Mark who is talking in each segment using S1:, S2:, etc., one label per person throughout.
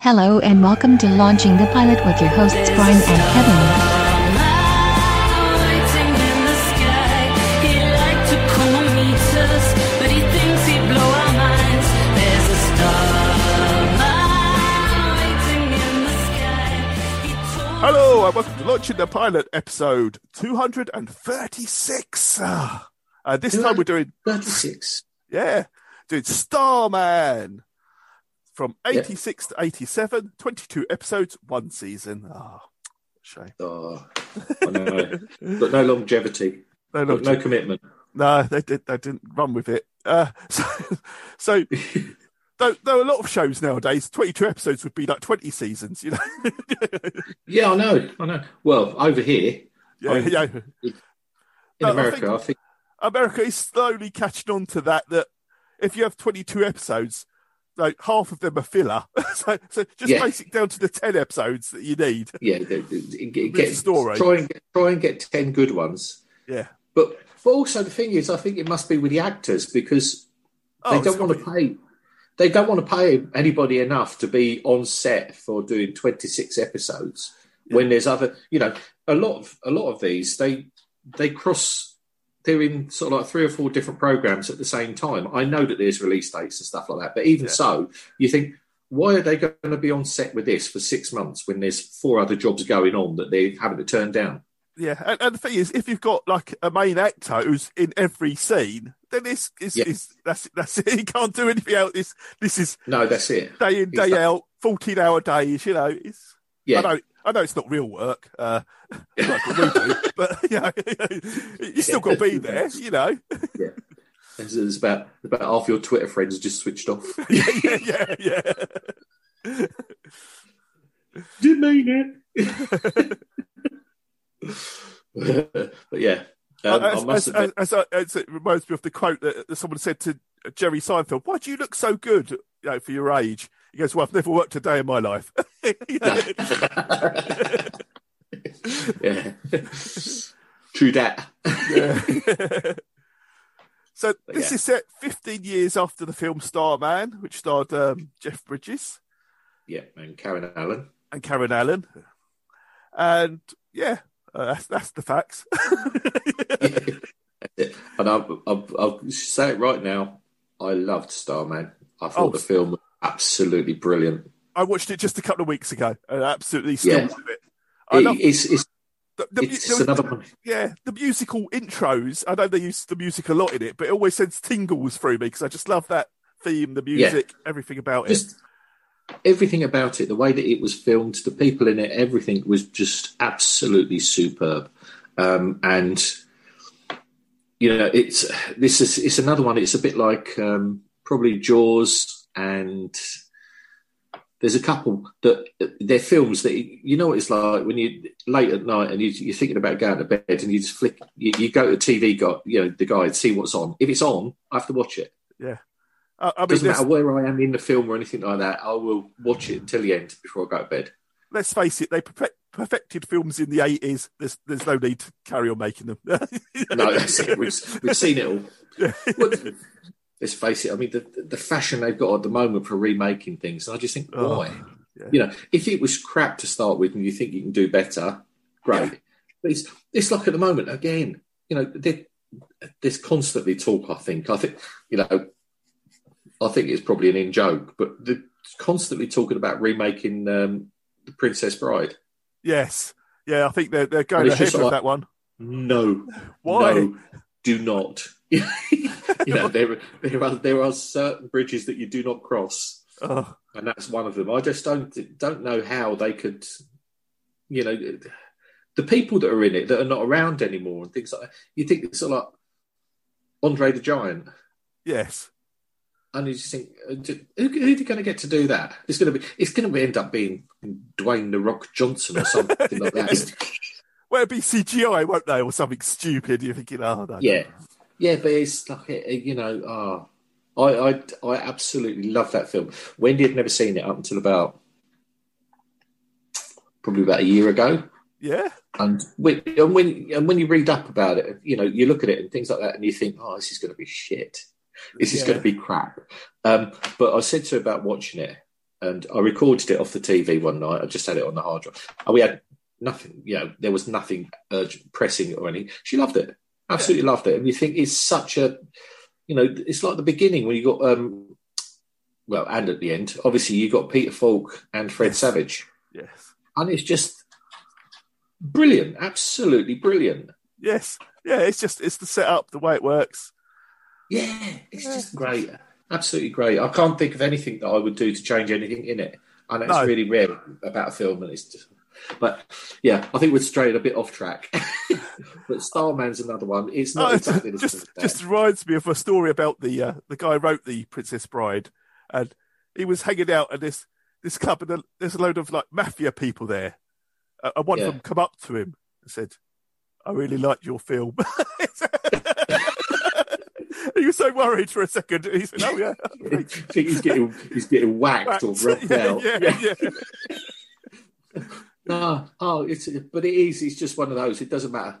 S1: Hello and welcome to Launching the Pilot with your hosts Brian and Kevin.
S2: Hello and welcome to Launching the Pilot episode 236. Ah, Uh, this time we're doing,
S3: 36.
S2: yeah, doing Starman from 86 to 87, 22 episodes, one season. Ah, shame.
S3: Oh, I know. But no longevity.
S2: No,
S3: No,
S2: no,
S3: no commitment.
S2: no, they, did, they didn't run with it. Uh, so, so though, though a lot of shows nowadays, 22 episodes would be like 20 seasons, you know?
S3: Yeah, I know. I know. Well, over here
S2: yeah,
S3: I mean,
S2: yeah.
S3: in
S2: No, I
S3: America,
S2: think-
S3: I think,
S2: America is slowly catching on to that. That if you have 22 epides, like half of them are filler. so, so just
S3: Yeah.
S2: basic down to the 10 episodes that you need.
S3: yeah, it, it, it
S2: It's a
S3: gets,
S2: story.
S3: Try and, get, try and get 10 good ones.
S2: Yeah.
S3: But, but also, the thing is, I think it must be with the actors because they
S2: Oh, it's
S3: don't want to
S2: coming.
S3: pay. They don't want to pay anybody enough to be on set for doing 26 episodes when there's other, you know, a lot of a lot of these they they cross. They're in sort of like three or four different programs at the same time. I know that there's release dates and stuff like that, but even
S2: Yeah.
S3: so, you think why are they going to be on set with this for six months when there's four other jobs going on that they're having to turn down?
S2: Yeah. And, and the thing is, if you've got like a main actor who's in every scene, then it's, it's,
S3: Yeah.
S2: it's that's that's it. You can't do anything else. This this is
S3: No, that's it.
S2: day in, day
S3: Exactly.
S2: out, 14 hour days. You know, it's I
S3: Yeah,
S2: know, I know it's not real work, uh, like what we do, but you know, you still got to be there. You know,
S3: there's, there's about about half your Twitter friends just switched off.
S2: yeah, yeah, yeah, yeah.
S3: Didn't mean it. but yeah, um, I
S2: as,
S3: must
S2: as,
S3: admit,
S2: as- as I- as it reminds me of the quote that, that someone said to Jerry Seinfeld, "Why do you look so good, you know, for your age?" He goes, "Well, I've never worked a day in my life." You know?
S3: yeah, true that.
S2: Yeah. so
S3: But
S2: this
S3: yeah.
S2: is set 15 years after the film Starman, which starred um, Jeff Bridges
S3: Yeah, and Karen Allen.
S2: and Karen Allen, and yeah, uh, that's that's the facts.
S3: and I'll, I'll, I'll say it right now. I loved Starman. I thought
S2: Oh.
S3: the film was absolutely brilliant.
S2: I watched it just a couple of weeks ago and absolutely still
S3: Yeah.
S2: love it. I
S3: It,
S2: love
S3: it's it's,
S2: the, the,
S3: it's
S2: there was-
S3: another one.
S2: Yeah, the musical intros. I know they use the music a lot in it, but it always sends tingles through me because I just love that theme, the music, everything about it.
S3: just everything about it, the way that it was filmed, the people in it, everything was just absolutely superb. Um, and you know, it's this is it's another one. It's a bit like um, probably Jaws, and there's a couple that they're films that you know what it's like when you late at night and you, you're thinking about going to bed, and you just flick, you, you go to TV, guy, you know, the guy and see what's on. If it's on, I have to watch it.
S2: I, I mean,
S3: Doesn't
S2: let's,
S3: matter where I am in the film or anything like that. I will watch it until the end before I go to bed.
S2: let's face it, they perfect, perfected films in the eighties. There's there's no need to carry on making them.
S3: No, that's it. We've, we've seen it all. But let's face it. I mean, the, the fashion they've got at the moment for remaking things, and I just think,
S2: Oh,
S3: why?
S2: yeah.
S3: You know, if it was crap to start with, and you think you can do better, great. But it's it's like at the moment again. You know, there- there's constantly talk. I think. I think. You know, I think it's probably an in joke, but the constantly talking about remaking um, the Princess Bride.
S2: yes, yeah, I think they're they're going
S3: And it's
S2: ahead
S3: just
S2: with
S3: like-
S2: that one.
S3: No.
S2: Why?
S3: No, do not. you know, there, there are there are certain bridges that you do not cross,
S2: Oh,
S3: and that's one of them. I just don't don't know how they could, you know, the people that are in it that are not around anymore and things like that. You think it's sort of like Andre the Giant,
S2: yes,
S3: and you just think, uh, d- who, who are you going to get to do that? It's going to be it's going to end up being Dwayne the Rock Johnson or something like that.
S2: well, it'll be CGI, won't they, or something stupid? You're thinking, oh no,
S3: Yeah, yeah, but it's like it- it- you know, oh, I, I, I absolutely love that film. Wendy had never seen it up until about probably about a year ago,
S2: yeah,
S3: and when and when and when you read up about it, you know, you look at it and things like that, and you think, oh, this is going to be shit. This is
S2: Yeah.
S3: going to be crap. Um, but I said to her about watching it, and I recorded it off the TV one night. I just had it on the hard drive, and we had nothing. You know, there was nothing urgent, pressing or anything. She loved it, absolutely loved it. And you think it's such a, you know, it's like the beginning when you got, um, well, and at the end, obviously you got Peter Falk and Fred
S2: Yes.
S3: Savage,
S2: Yes.
S3: and it's just brilliant, absolutely brilliant.
S2: Yes. Yeah, it's just it's the setup, the way it works.
S3: Yeah, it's just great, absolutely great. I can't think of anything that I would do to change anything in it. I know it's
S2: No.
S3: really rare about a film, and it's just. But yeah, I think we're straying a bit off track. but Starman's another one. It's not
S2: Oh,
S3: exactly the same.
S2: just just reminds me of a story about the uh, the guy who wrote the Princess Bride, and he was hanging out at this this club, and there's a load of like mafia people there, uh, and one
S3: Yeah.
S2: of them come up to him and said, "I really liked your film." he was so worried for a second. He said, "Oh yeah,
S3: I think he's getting he's getting whacked, or rubbed
S2: yeah,
S3: out.
S2: yeah, yeah,
S3: No, oh, it's but it is. It's just one of those. It doesn't matter.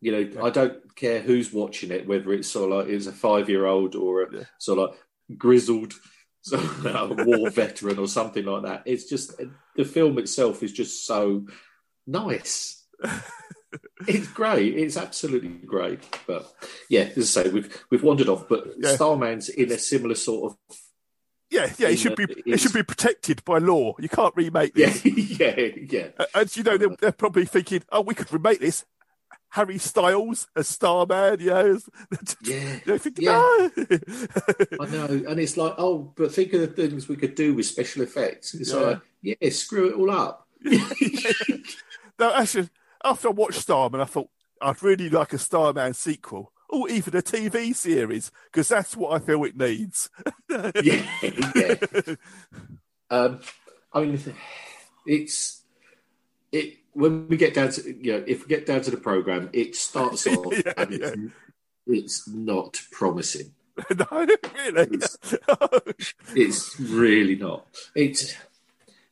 S3: You know, I don't care who's watching it, whether it's sort of like it's a five-year-old or a
S2: Yeah.
S3: sort of like grizzled sort of like, war veteran or something like that. It's just the film itself is just so nice. it's great. It's absolutely great. But yeah, as I say, we've we've wandered off. But
S2: Yeah.
S3: Starman's in a similar sort of
S2: yeah, yeah.
S3: In
S2: It should
S3: the-
S2: be it should be protected by law. You can't remake
S3: yeah,
S2: this.
S3: yeah, yeah.
S2: Uh, And you know, they're, they're probably thinking, oh, we could remake this. Harry Styles as Starman, you know. as-
S3: Yeah,
S2: They think,
S3: Yeah.
S2: no.
S3: I know, and it's like, oh, but think of the things we could do with special effects. It's
S2: Yeah.
S3: like, yeah, screw it all up.
S2: no, actually, after I watched Starman, I thought, I'd really like a Starman sequel or even a TV series because that's what I feel it needs.
S3: yeah, yeah. Um, I mean, it's it when we get down to you know, if we get down to the program, it starts off
S2: Yeah,
S3: and it's, it's not promising.
S2: no, really.
S3: Hmm. It's really not. It's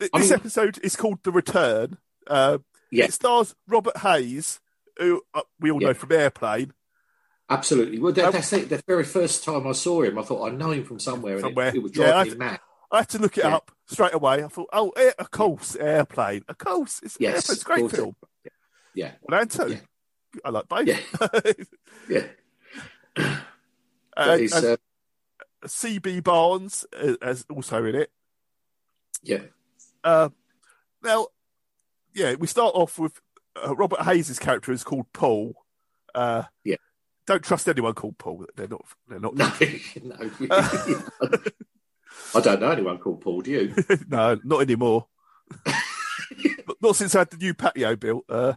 S2: This
S3: I mean-
S2: episode is called The Return. Uh,
S3: Yeah.
S2: It stars Robert Hayes, who uh, we all
S3: Yeah.
S2: know from Airplane.
S3: absolutely well. That, that's it. The very first time I saw him, I thought I know him from somewhere,
S2: Somewhere.
S3: and it, it was
S2: Yeah,
S3: driving
S2: I-
S3: me mad.
S2: I had to look it
S3: Yeah.
S2: up straight away. I thought, oh, air, of course, airplane. Of course, it's
S3: Yes,
S2: airplane's a
S3: of
S2: great
S3: course.
S2: film.
S3: Yeah.
S2: Well, and two.
S3: Yeah.
S2: I like both.
S3: Yeah. Yeah,
S2: and,
S3: it's,
S2: and
S3: uh,
S2: CB Barnes uh, is also in it.
S3: yeah.
S2: Uh, now, yeah, we start off with uh, Robert Hayes' character is called Paul. Uh,
S3: Yeah.
S2: Don't trust anyone called Paul. They're not. They're not.
S3: No, no. I don't know anyone called Paul. Do you?
S2: no, not anymore. not, not since I had the new patio built. Uh,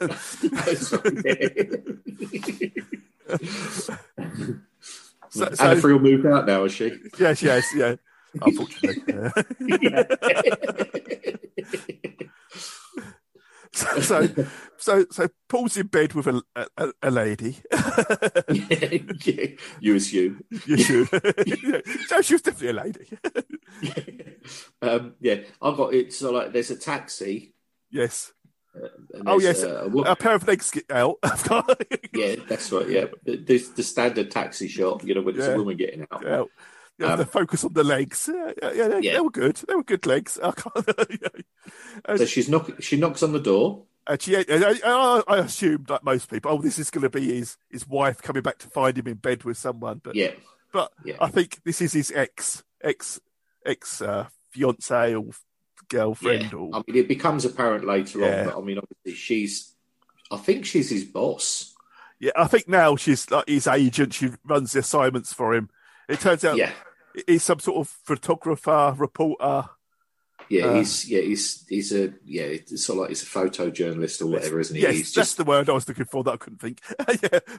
S2: so,
S3: and
S2: so,
S3: if we all moved out now, is she?
S2: yes, yes, yeah. Unfortunately. Yeah. so, so, so, so Paul's in bed with a a- a, a lady.
S3: you assume.
S2: you should. so she was definitely a lady.
S3: um, yeah, I've got it's so like there's a taxi.
S2: Yes,
S3: And
S2: Oh,
S3: there's
S2: yes.
S3: a, a woman.
S2: a pair of legs get out.
S3: yeah, that's right. Yeah, there's the standard taxi shop. You know, when it's
S2: Yeah.
S3: a woman getting out.
S2: out. You have
S3: Um,
S2: to focus on the legs. Yeah, yeah, yeah, they,
S3: Yeah.
S2: they were good. They were good legs. I can't.
S3: So she's knock. She knocks on the door.
S2: And she, and I, I I assumed, like most people, oh, this is going to be his his wife coming back to find him in bed with someone. But
S3: Yeah,
S2: But
S3: Yeah.
S2: I think this is his ex, ex, ex uh, fiance or girlfriend
S3: Yeah. um,
S2: or
S3: I mean, it becomes apparent later
S2: Yeah.
S3: on, but I mean, obviously, she's. I think she's his boss.
S2: yeah. I think now she's like his agent. She runs the assignments for him. It turns out
S3: Yeah,
S2: he's some sort of photographer, reporter.
S3: yeah,
S2: Uh,
S3: he's yeah, he's he's a yeah, it's sort of like he's a photojournalist or whatever, isn't he?
S2: yes,
S3: he's
S2: that's the word I was looking for that I couldn't think.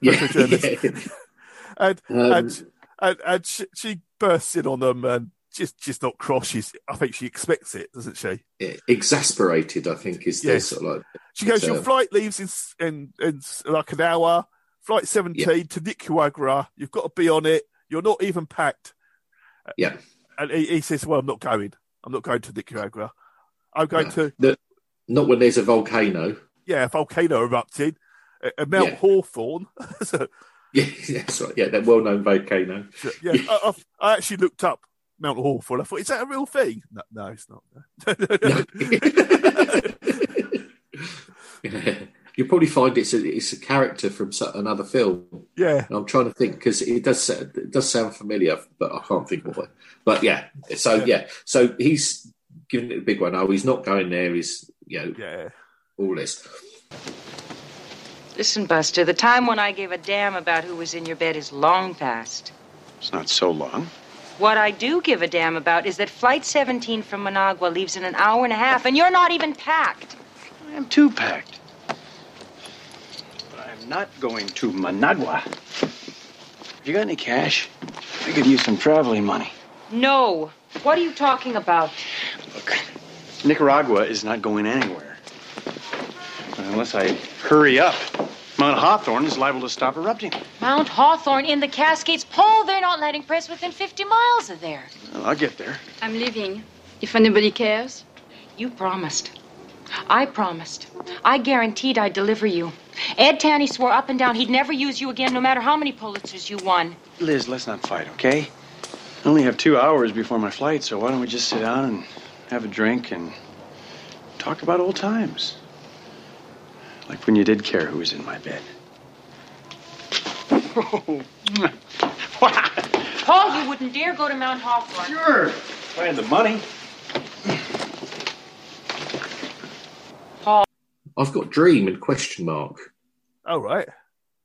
S2: yeah, photojournalist.
S3: yeah,
S2: And,
S3: Um,
S2: and and and she, she bursts in on them and just just not cross. She's I think she expects it, doesn't she?
S3: yeah, exasperated, I think, is
S2: Yes.
S3: this sort of like
S2: She goes,
S3: So-
S2: Your flight leaves in, s- in, in s- like an hour, flight 17 to Nicaragua. You've got to be on it. You're not even packed.
S3: Yeah.
S2: And he, he says, Well, I'm not going. I'm not going to Nicaragua. I'm going
S3: No.
S2: to,
S3: not when there's a volcano.
S2: yeah, a volcano erupted uh, uh, Mount
S3: Yeah.
S2: Hawthorne. so,
S3: Yeah, that's right. Yeah, that well-known volcano.
S2: yeah, I, I've, I actually looked up Mount Hawthorne. I thought, is that a real thing? No, no it's not.
S3: You'll probably find it's a, it's a character from so- another film.
S2: yeah,
S3: And I'm trying to think because it does sa- it does sound familiar, but I can't think of it. But yeah, so
S2: Yeah.
S3: yeah, so he's giving it a big one. Oh, he's not going there. He's you know
S2: yeah.
S3: all this.
S4: Listen, Buster, the time when I gave a damn about who was in your bed is long past.
S5: It's not so long.
S4: What I do give a damn about is that Flight 17 from Managua leaves in an hour and a half, and you're not even packed.
S5: I am too packed. But I am not going to Managua. You got any cash? I could use some traveling money.
S4: No. What are you talking about?
S5: Look, Nicaragua is not going anywhere. Unless I hurry up, Mount Hawthorne is liable to stop erupting.
S4: Mount Hawthorne in the Cascades. Paul, they're not letting press within 50 miles of there.
S5: Well, I'll get there.
S6: I'm leaving. If anybody cares.
S4: You promised. I promised. I guaranteed I'd deliver you. Ed Tanny swore up and down he'd never use you again, no matter how many Pulitzers you won.
S5: Liz, let's not fight, okay? I only have two hours before my flight, so why don't we just sit down and have a drink and talk about old times? Like when you did care who was in my bed.
S4: Paul, you wouldn't dare go to Mount Hawthorne.
S5: Sure. If I had the money.
S3: I've got dream and question mark.
S2: All right.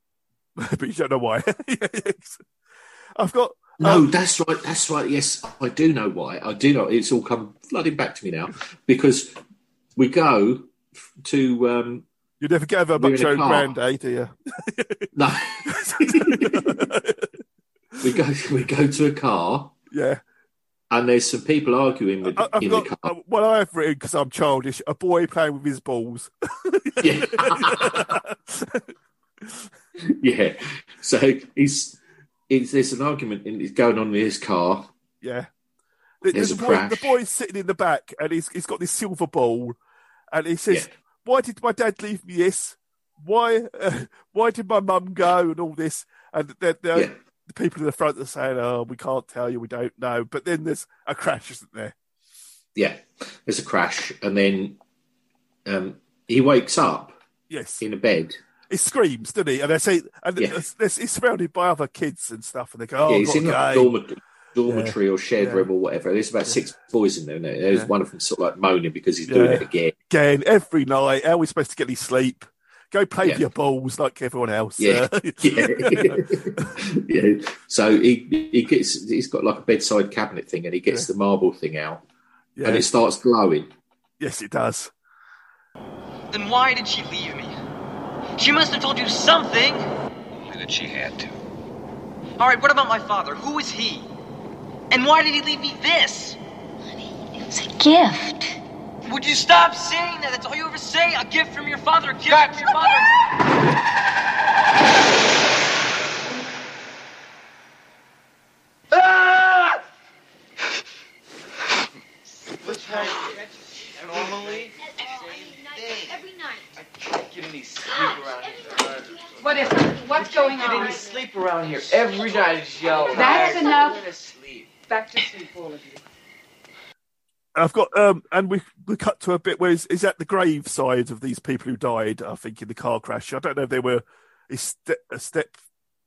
S2: but you don't know why. I've got.
S3: No, Oh, that's right. That's right. Yes, I do know why. I do know. It's all come flooding back to me now because we go f- to um,
S2: You never gave up
S3: We're in
S2: much
S3: a
S2: own
S3: car.
S2: grand, eh, do you?
S3: no, we go we go to a car
S2: yeah.
S3: and there's some people arguing with,
S2: I, I've
S3: in
S2: got
S3: the
S2: uh,
S3: car.
S2: what I've written because I'm childish. A boy playing with his balls.
S3: Yeah. yeah. So he's, he's there's an argument in, it's going on in his car.
S2: yeah. The,
S3: There's
S2: the boy,
S3: a crash.
S2: the boy's sitting in the back and he's, he's got this silver ball and he says,
S3: Yeah.
S2: Why did my dad leave me this? Why uh, why did my mum go and all this? And they're, they're-
S3: Yeah.
S2: the people in the front are saying, Oh, we can't tell you, we don't know. But then there's a crash, isn't there?
S3: Yeah. There's a crash and then um, he wakes up
S2: Yes.
S3: in a bed.
S2: He screams, doesn't he? And they say, and
S3: Yeah.
S2: there's- there's- he's surrounded by other kids and stuff. And they go, Oh,
S3: yeah,
S2: I've
S3: he's
S2: got
S3: in like
S2: gay."
S3: a dormitory, dormitory or shared
S2: Yeah.
S3: room or whatever. There's about six boys in there. Isn't there? There's
S2: Yeah.
S3: one of them sort of like moaning because he's doing
S2: Yeah.
S3: it again.
S2: again every night. How are we supposed to get any sleep? Go play with
S3: Yeah.
S2: your balls like everyone else.
S3: Yeah.
S2: Uh,
S3: yeah. yeah. So he he gets he's got like a bedside cabinet thing, and he gets the marble thing out,
S2: yeah.
S3: and it starts glowing.
S2: yes, it does.
S7: Then why did she leave me? She must have told you something.
S8: Only that she had to.
S7: All right, what about my father? Who is he? And why did he leave me this?
S1: It's a gift.
S7: Would you stop saying that? That's all you ever say. A gift from your father. A gift from your father.
S8: Normally,
S6: Every night.
S8: get any sleep around here.
S4: What is What's going on?
S8: sleep around here. Every night it's yelling.
S4: That's enough.
S8: I'm gonna sleep.
S4: Back to sleep, all of you.
S2: And I've got um, and we we cut to a bit where he's, he's at the grave side of these people who died. I think in the car crash. I don't know if they were his ste- a step.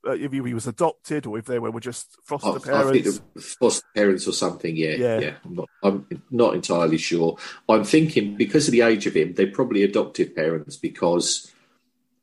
S2: Uh, if he was adopted or if they were, were just
S3: I,
S2: foster
S3: I think
S2: parents.
S3: the foster parents or something. Yeah,
S2: Yeah.
S3: yeah. I'm, not, I'm not entirely sure. I'm thinking because of the age of him, they're probably adoptive parents because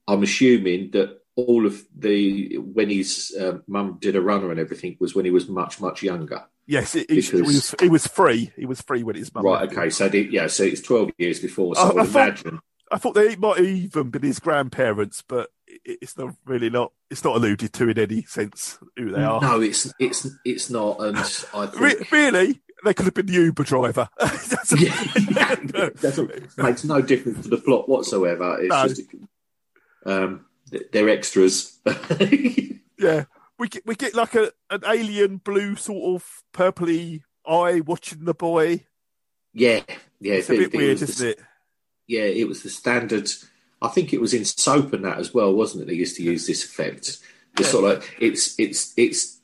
S3: I'm assuming that all of the when his uh, mum did a runner and everything was when he was much much younger.
S2: yes, it, he, he
S3: because-
S2: was. He was free. He was free when his mum.
S3: Right.
S2: left him.
S3: Okay. So the, yeah. So it's twelve years before. So
S2: I-
S3: I would
S2: I thought-
S3: imagine.
S2: I thought they might have even been his grandparents, but it- it's not really not. It's not alluded to in any sense who they are.
S3: No, it's it's it's not, and I think
S2: Re- really? They could have been the Uber driver. That's a-
S3: Yeah. That's all- makes no difference to the plot whatsoever. It's
S2: No.
S3: just um, th- they're extras.
S2: yeah. We get we get like a an alien blue sort of purpley eye watching the boy.
S3: yeah, yeah,
S2: It's a bit weird,
S3: was the-
S2: isn't it?
S3: Yeah, it was the standard. I think it was in soap and that as well, wasn't it? They used to use this effect. It's sort of like it's it's it's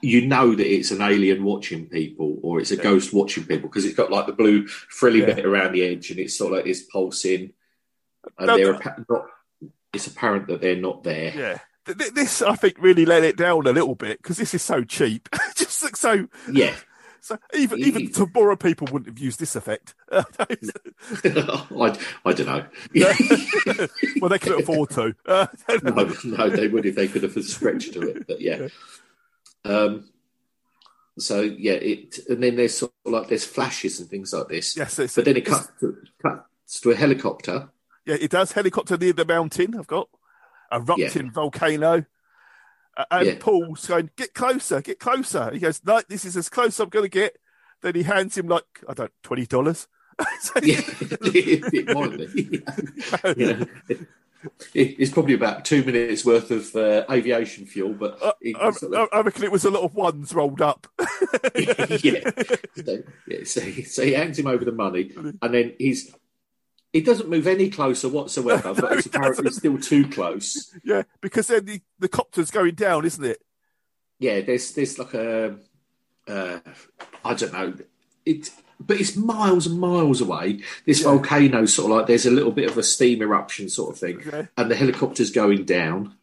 S3: you know that it's an alien watching people or it's a ghost watching people because it's got like the blue frilly
S2: Yeah.
S3: bit around the edge and it's sort of like it's pulsing and
S2: No,
S3: they're
S2: but-
S3: appa- not, it's apparent that they're not there.
S2: Yeah. Th- th- This, I think, really let it down a little bit because this is so cheap. It Just looks so,
S3: Yeah.
S2: so even even
S3: Easy.
S2: Tambora people wouldn't have used this effect.
S3: I, I don't know.
S2: well, they couldn't afford to. Uh,
S3: no, no, they would if they could have stretched to it. But yeah. Um, so yeah, it and then there's sort of like there's flashes and things like this.
S2: yes, it's,
S3: But then it cuts to, cuts to a helicopter.
S2: yeah, it does. Helicopter near the mountain. I've got erupting volcano. Uh, and
S3: Yeah.
S2: Paul's going, get closer, get closer. He goes, no, this is as close I'm going to get. Then he hands him like I don't twenty dollars.
S3: Yeah, it might be. You know, it- it's probably about two minutes worth of uh, aviation fuel, but
S2: I,
S3: it
S2: I,
S3: sort
S2: I,
S3: of-
S2: I reckon it was a lot of ones rolled up.
S3: yeah. So, yeah, so, so he hands him over the money, and then he's he doesn't move any closer whatsoever, but it's
S2: he
S3: apparently still too close.
S2: Yeah, because then the, the copter's going down, isn't it?
S3: yeah, there's there's like a uh, I don't know it, but it's miles and miles away. This volcano sort of like there's a little bit of a steam eruption sort of thing,
S2: Okay.
S3: and the helicopter's going down.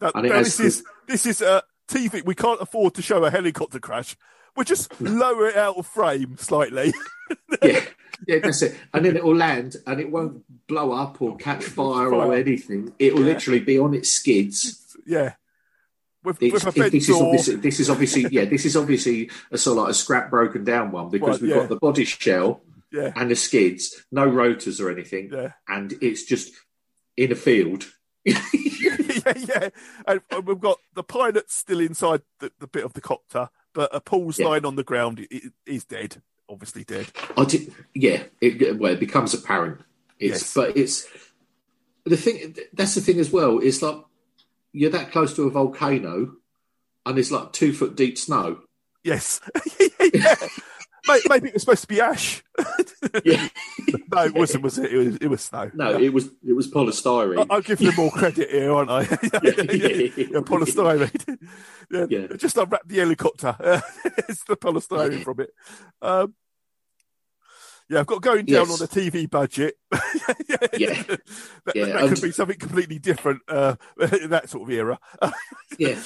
S2: Now,
S3: And it
S2: now
S3: has
S2: this is this is uh, TV. We can't afford to show a helicopter crash. We just lower it out of frame slightly.
S3: Yeah, yeah, that's it. And then it will land, and it won't blow up or catch fire or
S2: Oh, Fire.
S3: anything. It will literally be on its skids.
S2: yeah, with,
S3: It's,
S2: with a
S3: it,
S2: fence
S3: this is
S2: door.
S3: obviously this is obviously yeah this is obviously a sort of like a scrap broken down one because
S2: Right,
S3: we've
S2: yeah.
S3: got the body shell
S2: Yeah,
S3: and the skids, no rotors or anything,
S2: Yeah.
S3: and it's just in a field.
S2: yeah, yeah. And, and we've got the pilot still inside the, the bit of the copter, but uh, Paul's
S3: Yeah.
S2: lying on the ground. He- he- he's dead, obviously dead.
S3: I did, yeah. It, well, it becomes apparent. It's
S2: Yes.
S3: but it's the thing. That's the thing as well. It's like you're that close to a volcano, and it's like two foot deep snow.
S2: Yes, yeah. May- Maybe it was supposed to be ash.
S3: Yeah.
S2: No, it wasn't. Was it? It was, it was snow.
S3: No, it was it was polystyrene.
S2: I- I'll give them more credit here, aren't I? yeah, polystyrene. yeah,
S3: Yeah.
S2: Just unwrap the helicopter. it's the polystyrene from it. Um, yeah, I've got going down
S3: Yes.
S2: on a TV budget. yeah,
S3: Yeah.
S2: That,
S3: Yeah, um,
S2: that
S3: and-
S2: could be something completely different uh, in that sort of era.
S3: yeah,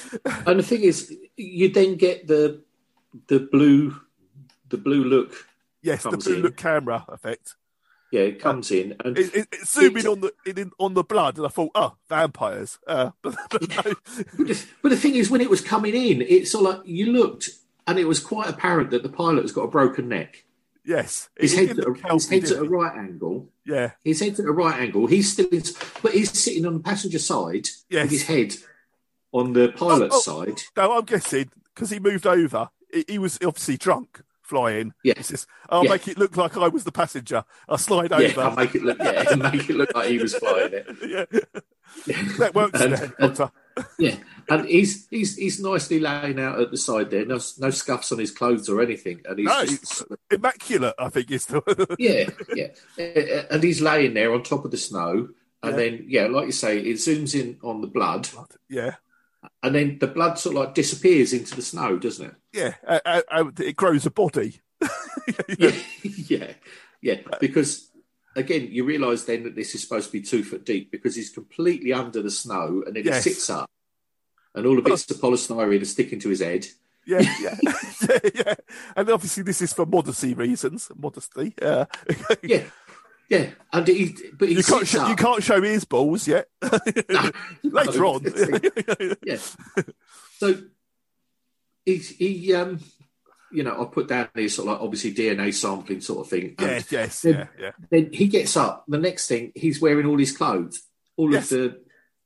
S3: and the thing is, you then get the the blue the blue look.
S2: yes, the
S3: Comes
S2: blue
S3: in.
S2: look camera effect.
S3: Yeah, it comes in and
S2: It, it, it zoomed in on the in, in- on the blood, and I thought, oh, vampires. Uh, but, but no.
S3: But the, but the thing is, when it was coming in, it's all like you looked, and it was quite apparent that the pilot has got a broken neck.
S2: yes, It-
S3: His
S2: it
S3: head's,
S2: didn't
S3: at a,
S2: look
S3: his
S2: healthy,
S3: head's at
S2: did
S3: a
S2: it?
S3: right angle.
S2: Yeah,
S3: His head's at a right angle. He's still in, but he's sitting on the passenger side
S2: Yes.
S3: with his head on the pilot's
S2: Oh, oh.
S3: side.
S2: No, I'm guessing because he moved over, he, he was obviously drunk flying.
S3: Yeah.
S2: He says, I'll
S3: Yeah.
S2: make it look like I was the passenger. I'll slide
S3: Yeah, and
S2: over.
S3: make it look, yeah, and make it look like he was flying it.
S2: yeah. That works
S3: And-
S2: there, Doctor.
S3: Yeah, and he's he's he's nicely laying out at the side there. No, no scuffs on his clothes or anything, and he's
S2: No,
S3: just
S2: it's immaculate, I think is the
S3: yeah, yeah. Uh, And he's laying there on top of the snow. And
S2: Yeah.
S3: then, yeah, like you say, it zooms in on the blood.
S2: Yeah.
S3: And then the blood sort of like disappears into the snow, doesn't it?
S2: Yeah. Uh, uh, uh, it grows a body.
S3: Yeah. yeah. Yeah. Because, again, you realise then that this is supposed to be two foot deep because he's completely under the snow and then
S2: Yes. Oh.
S3: he sits up. And all the bits of polystyrene are sticking to his head.
S2: Yeah, yeah, yeah. And obviously, this is for modesty reasons. Modesty. Uh,
S3: Yeah. Yeah. And he, but he
S2: you can't.
S3: sits
S2: Sh- you
S3: up.
S2: can't show his balls yet. Later
S3: No.
S2: on.
S3: yeah. So he he um you know I put down this sort of like obviously DNA sampling sort of thing.
S2: yeah.
S3: And
S2: Yes.
S3: Then-
S2: Yeah. Yeah.
S3: Then he gets up. The next thing he's wearing all his clothes, all
S2: Yes.
S3: of the,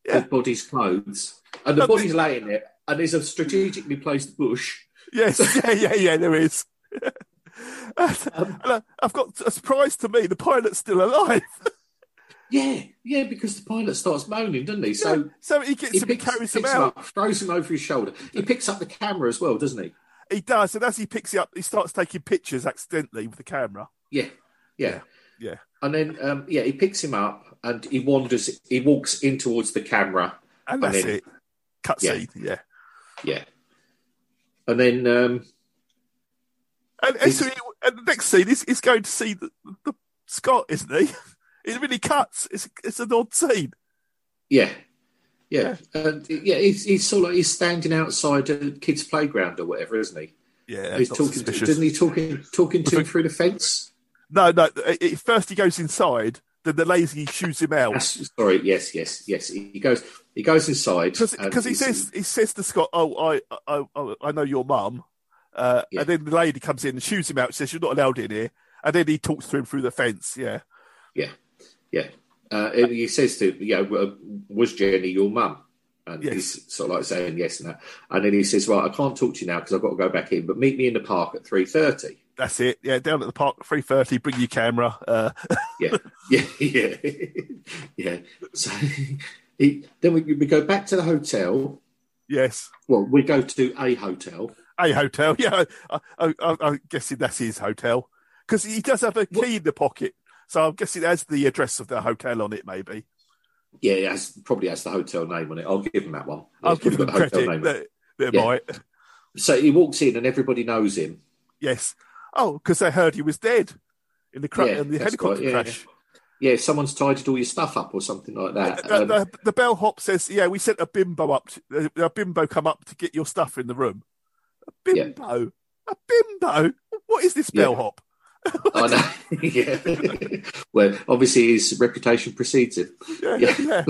S2: Yeah.
S3: the body's clothes, and the
S2: Lovely.
S3: body's laying there, and there's a strategically placed bush.
S2: Yes, yeah, yeah, yeah, there is.
S3: Um,
S2: And I- I've got a surprise to me. The pilot's still alive,
S3: Yeah, yeah, because the pilot starts moaning, doesn't he? So.
S2: so he gets
S3: He
S2: him and
S3: picks,
S2: carries him
S3: picks him
S2: out.
S3: up, throws him over his shoulder. He picks up the camera as well, doesn't he?
S2: He does, and as he picks it up, he starts taking pictures accidentally with the camera.
S3: Yeah, yeah,
S2: Yeah.
S3: And then, um, yeah, he picks him up and he wanders. He walks in towards the camera.
S2: And
S3: And
S2: that's
S3: then-
S2: it. Cutscene. Yeah.
S3: Yeah, And then um,
S2: And, and so he, and the next scene is he's going to see the, the Scott, isn't he? It really cuts. It's it's an odd scene.
S3: Yeah, yeah, and yeah. He's, he's sort of he's standing outside a kid's playground or whatever, isn't he?
S2: Yeah,
S3: he's
S2: not
S3: talking. To,
S2: suspicious.
S3: didn't he talking talking to him through the fence?
S2: No, no. It, it- first he goes inside, then the lazy shoots him out
S3: That's- sorry, yes, yes, yes. He he goes. He goes inside and
S2: because he
S3: he's-
S2: says he says to Scott, "Oh, I I I, I know your mum," uh,
S3: Yeah.
S2: and then the lady comes in and shoots him out. Says you're not allowed in here, and then he talks to him through the fence. Yeah,
S3: Yeah, yeah. Uh, and he says to you know, "Uh, was Jenny your mum? And
S2: Yes.
S3: he's sort of like saying yes and that. And then he says, "Right, I can't talk to you now because I've got to go back in. But meet me in the park at 3.30.
S2: that's it. Yeah, down at the park, three thirty. Bring your camera. Uh,
S3: Yeah, yeah, yeah, yeah. So he, then we, we go back to the hotel.
S2: yes,
S3: Well, we go to a hotel.
S2: a hotel. Yeah, I, I, I, I'm guessing that's his hotel because he does have a key in the pocket. So I'm guessing it has the address of the hotel on it, maybe.
S3: Yeah, it has, probably has the hotel name on it. I'll give him that one.
S2: I'll
S3: It's
S2: give them
S3: got the hotel
S2: credit.
S3: name on it.
S2: They're, they're
S3: Yeah.
S2: right.
S3: So he walks in and everybody knows him.
S2: Yes. Oh, because they heard he was dead in the cra-
S3: Yeah,
S2: in the
S3: that's
S2: helicopter
S3: right, yeah,
S2: crash.
S3: Yeah, someone's tidied all your stuff up or something like that.
S2: The,
S3: Um,
S2: the, the bellhop says, "Yeah, we sent a bimbo up. To, a bimbo come up to get your stuff in the room. A
S3: Yeah.
S2: bimbo, a bimbo. What is this
S3: Yeah.
S2: bellhop?
S3: I know. yeah. well, obviously his reputation precedes him.
S2: Yeah, yeah.
S3: Yeah.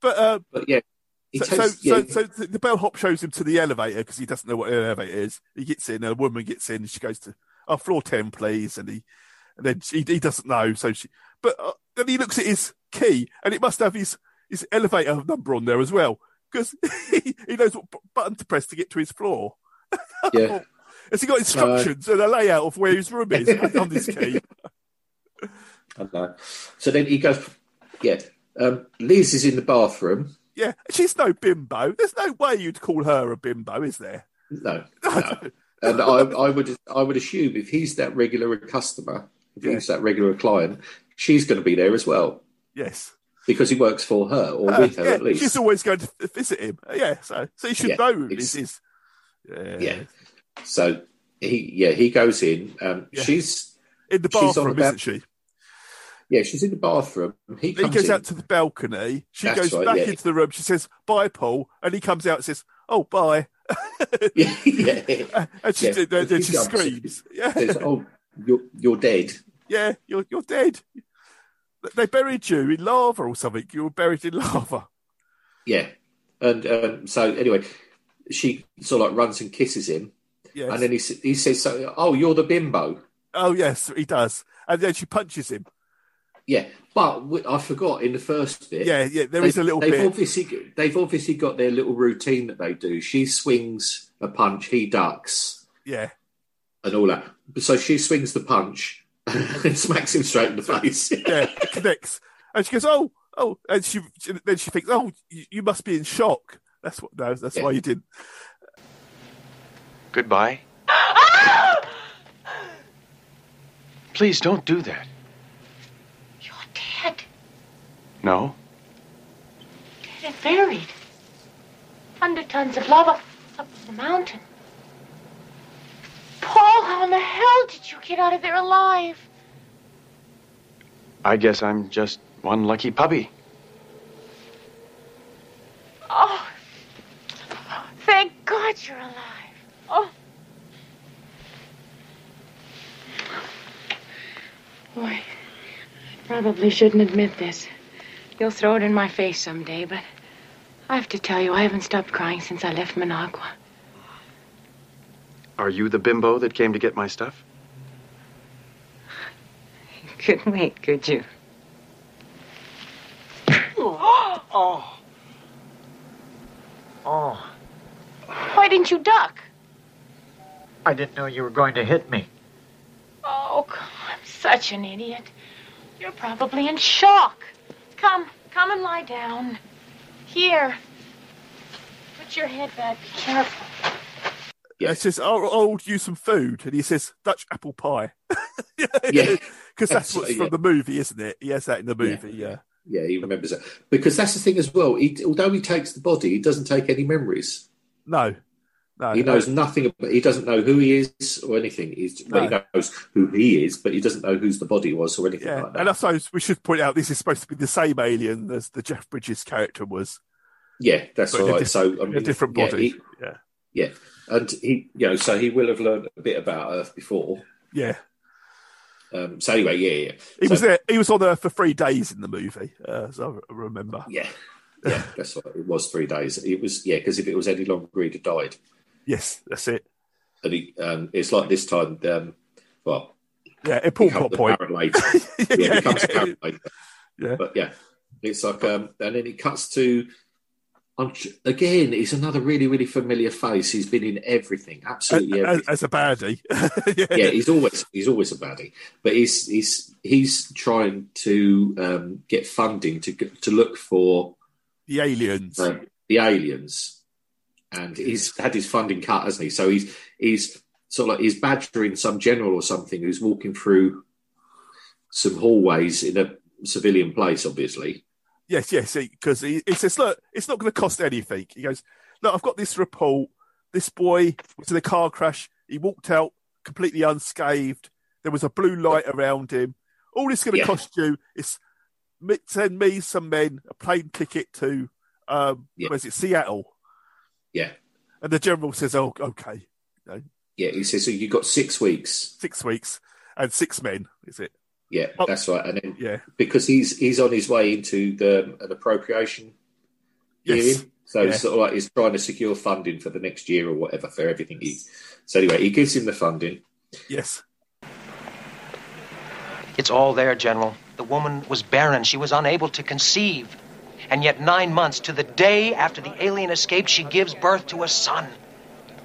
S2: But uh,
S3: But yeah, he
S2: so, so,
S3: takes. yeah,
S2: so, so the the bellhop shows him to the elevator because he doesn't know what an elevator is. He gets in, and a woman gets in. And she goes to oh, floor ten, please, and he and then she, he doesn't know. So she, but uh, then he looks at his key, and it must have his his elevator number on there as well because he, he knows what bu- button to press to get to his floor.
S3: yeah.
S2: Has he got instructions and a layout of where his room is on this key?
S3: I know. So then he goes. Yeah, um, Liz is in the bathroom.
S2: Yeah, she's no bimbo. There's no way you'd call her a bimbo, is there?
S3: No, no. and I, I would, I would assume if he's that regular customer, if he's that regular client, she's going to be there as well
S2: Yes.
S3: because he works for her or with her
S2: Uh, yeah,
S3: at least.
S2: She's always going to visit him. Uh, Yeah, so so you should
S3: Yeah,
S2: know
S3: it's-
S2: this is. Yeah.
S3: yeah. So he, yeah, he goes in. Um,
S2: Yeah.
S3: She's,
S2: in the
S3: She's on
S2: bathroom,
S3: about-
S2: isn't she?
S3: yeah, she's in the bathroom. He
S2: He
S3: comes
S2: goes
S3: in.
S2: out to the balcony. She
S3: That's
S2: goes
S3: right,
S2: back
S3: yeah.
S2: into the room. She says, "Bye, Paul," and he comes out and says, "Oh, bye,"
S3: yeah, yeah.
S2: and she
S3: Yeah,
S2: did- then
S3: he
S2: she
S3: jumps.
S2: screams, "Yeah,
S3: Says, "Oh, you're you're dead."
S2: yeah, you're you're dead. They buried you in lava or something. You were buried in lava."
S3: Yeah, and um, so anyway, she sort of like runs and kisses him,
S2: Yes.
S3: and then he s- he says, so, "Oh, you're the bimbo."
S2: oh yes, he does. And then she punches him.
S3: Yeah, but w- I forgot in the first bit.
S2: Yeah, yeah. There
S3: they,
S2: is a little
S3: they've
S2: bit.
S3: Obviously, they've obviously got their little routine that they do. She swings a punch, he ducks,
S2: Yeah.
S3: and all that. So she swings the punch and smacks him straight in the face.
S2: yeah, it connects. And she goes, oh, oh, and she, she- then she thinks, oh, you, you must be in shock. That's what. No, that's why you did.
S5: Goodbye. Please don't do that.
S4: You're dead.
S5: No.
S4: Dead and buried. Under tons of lava up the mountain. Paul, how in the hell did you get out of there alive?
S5: I guess I'm just one lucky puppy.
S4: Oh, thank God you're alive. Oh. Boy, I probably shouldn't admit this. You'll throw it in my face someday, but I have to tell you, I haven't stopped crying since I left Managua.
S5: Are you the bimbo that came to get my stuff?
S4: You couldn't wait, could you?
S7: Oh.
S9: Oh,
S4: Why didn't you duck?
S9: I didn't know you were going to hit me.
S4: Oh, God, I'm such an idiot. You're probably in shock. Come, come and lie down. Here. Put your head back. Be careful.
S3: Yeah.
S2: And she says, oh, I'll do some food. And he says, Dutch apple pie.
S3: Yeah.
S2: Because that's what's
S3: Yeah.
S2: from the movie, isn't it? He has that in the movie. Yeah.
S3: Yeah, he remembers it because that's the thing as well. He, although he takes the body, he doesn't take any memories.
S2: No. No,
S3: He
S2: no.
S3: knows nothing about. He doesn't know who he is or anything. He's,
S2: No.
S3: well, he knows who he is, but he doesn't know whose the body was or anything
S2: Yeah,
S3: like
S2: and
S3: that.
S2: I suppose we should point out this is supposed to be the same alien as the Jeff Bridges character was.
S3: Yeah, that's
S2: But in a
S3: right.
S2: diff-
S3: So I
S2: in a
S3: mean,
S2: different
S3: yeah,
S2: body.
S3: he-
S2: Yeah.
S3: yeah, and he, you know, so he will have learned a bit about Earth before.
S2: Yeah,
S3: Um, so anyway, yeah, yeah,
S2: he
S3: So-
S2: was there. He was on Earth for three days in the movie, uh, as I re- remember.
S3: yeah, yeah. That's what it was. Three days. It was yeah, because if it was any longer, he'd have died.
S2: Yes, that's it.
S3: And he, um, it's like this time. Um, well,
S2: Yeah, important plot
S3: becomes a
S2: point.
S3: parent later. yeah,
S2: Yeah,
S3: becomes a
S2: yeah.
S3: parent later.
S2: Yeah.
S3: But yeah, it's like, um, and then it cuts to, I'm tr- again, it's another really, really familiar face. He's been in everything, absolutely
S2: as,
S3: everything.
S2: as a baddie. uh,
S3: yeah, he's always he's always a baddie, but he's he's he's trying to um, get funding to g- to look for
S2: the aliens.
S3: uh, the aliens, and he's had his funding cut, hasn't he? So he's he's sort of like he's badgering some general or something who's walking through some hallways in a civilian place, obviously.
S2: Yes, yes, because he, he says, look, it's not going to cost anything. He goes, look, I've got this report. This boy was in a car crash. He walked out completely unscathed. There was a blue light around him. All it's going to
S3: Yeah.
S2: cost you is me- send me some men a plane ticket to, um,
S3: Yeah.
S2: where's it, Seattle?
S3: Yeah.
S2: And the general says, oh, okay,
S3: Yeah, he says, so you've got six weeks.
S2: six weeks and six men, is it?
S3: Yeah,
S2: Oh.
S3: that's right. And then
S2: Yeah.
S3: because he's he's on his way into the an appropriation
S2: Yes.
S3: hearing. So
S2: Yeah.
S3: it's sort of like he's trying to secure funding for the next year or whatever for everything he so anyway, he gives him the funding.
S2: Yes.
S10: It's all there, General. The woman was barren. She was unable to conceive. And yet, nine months to the day after the alien escaped, she gives birth to a son.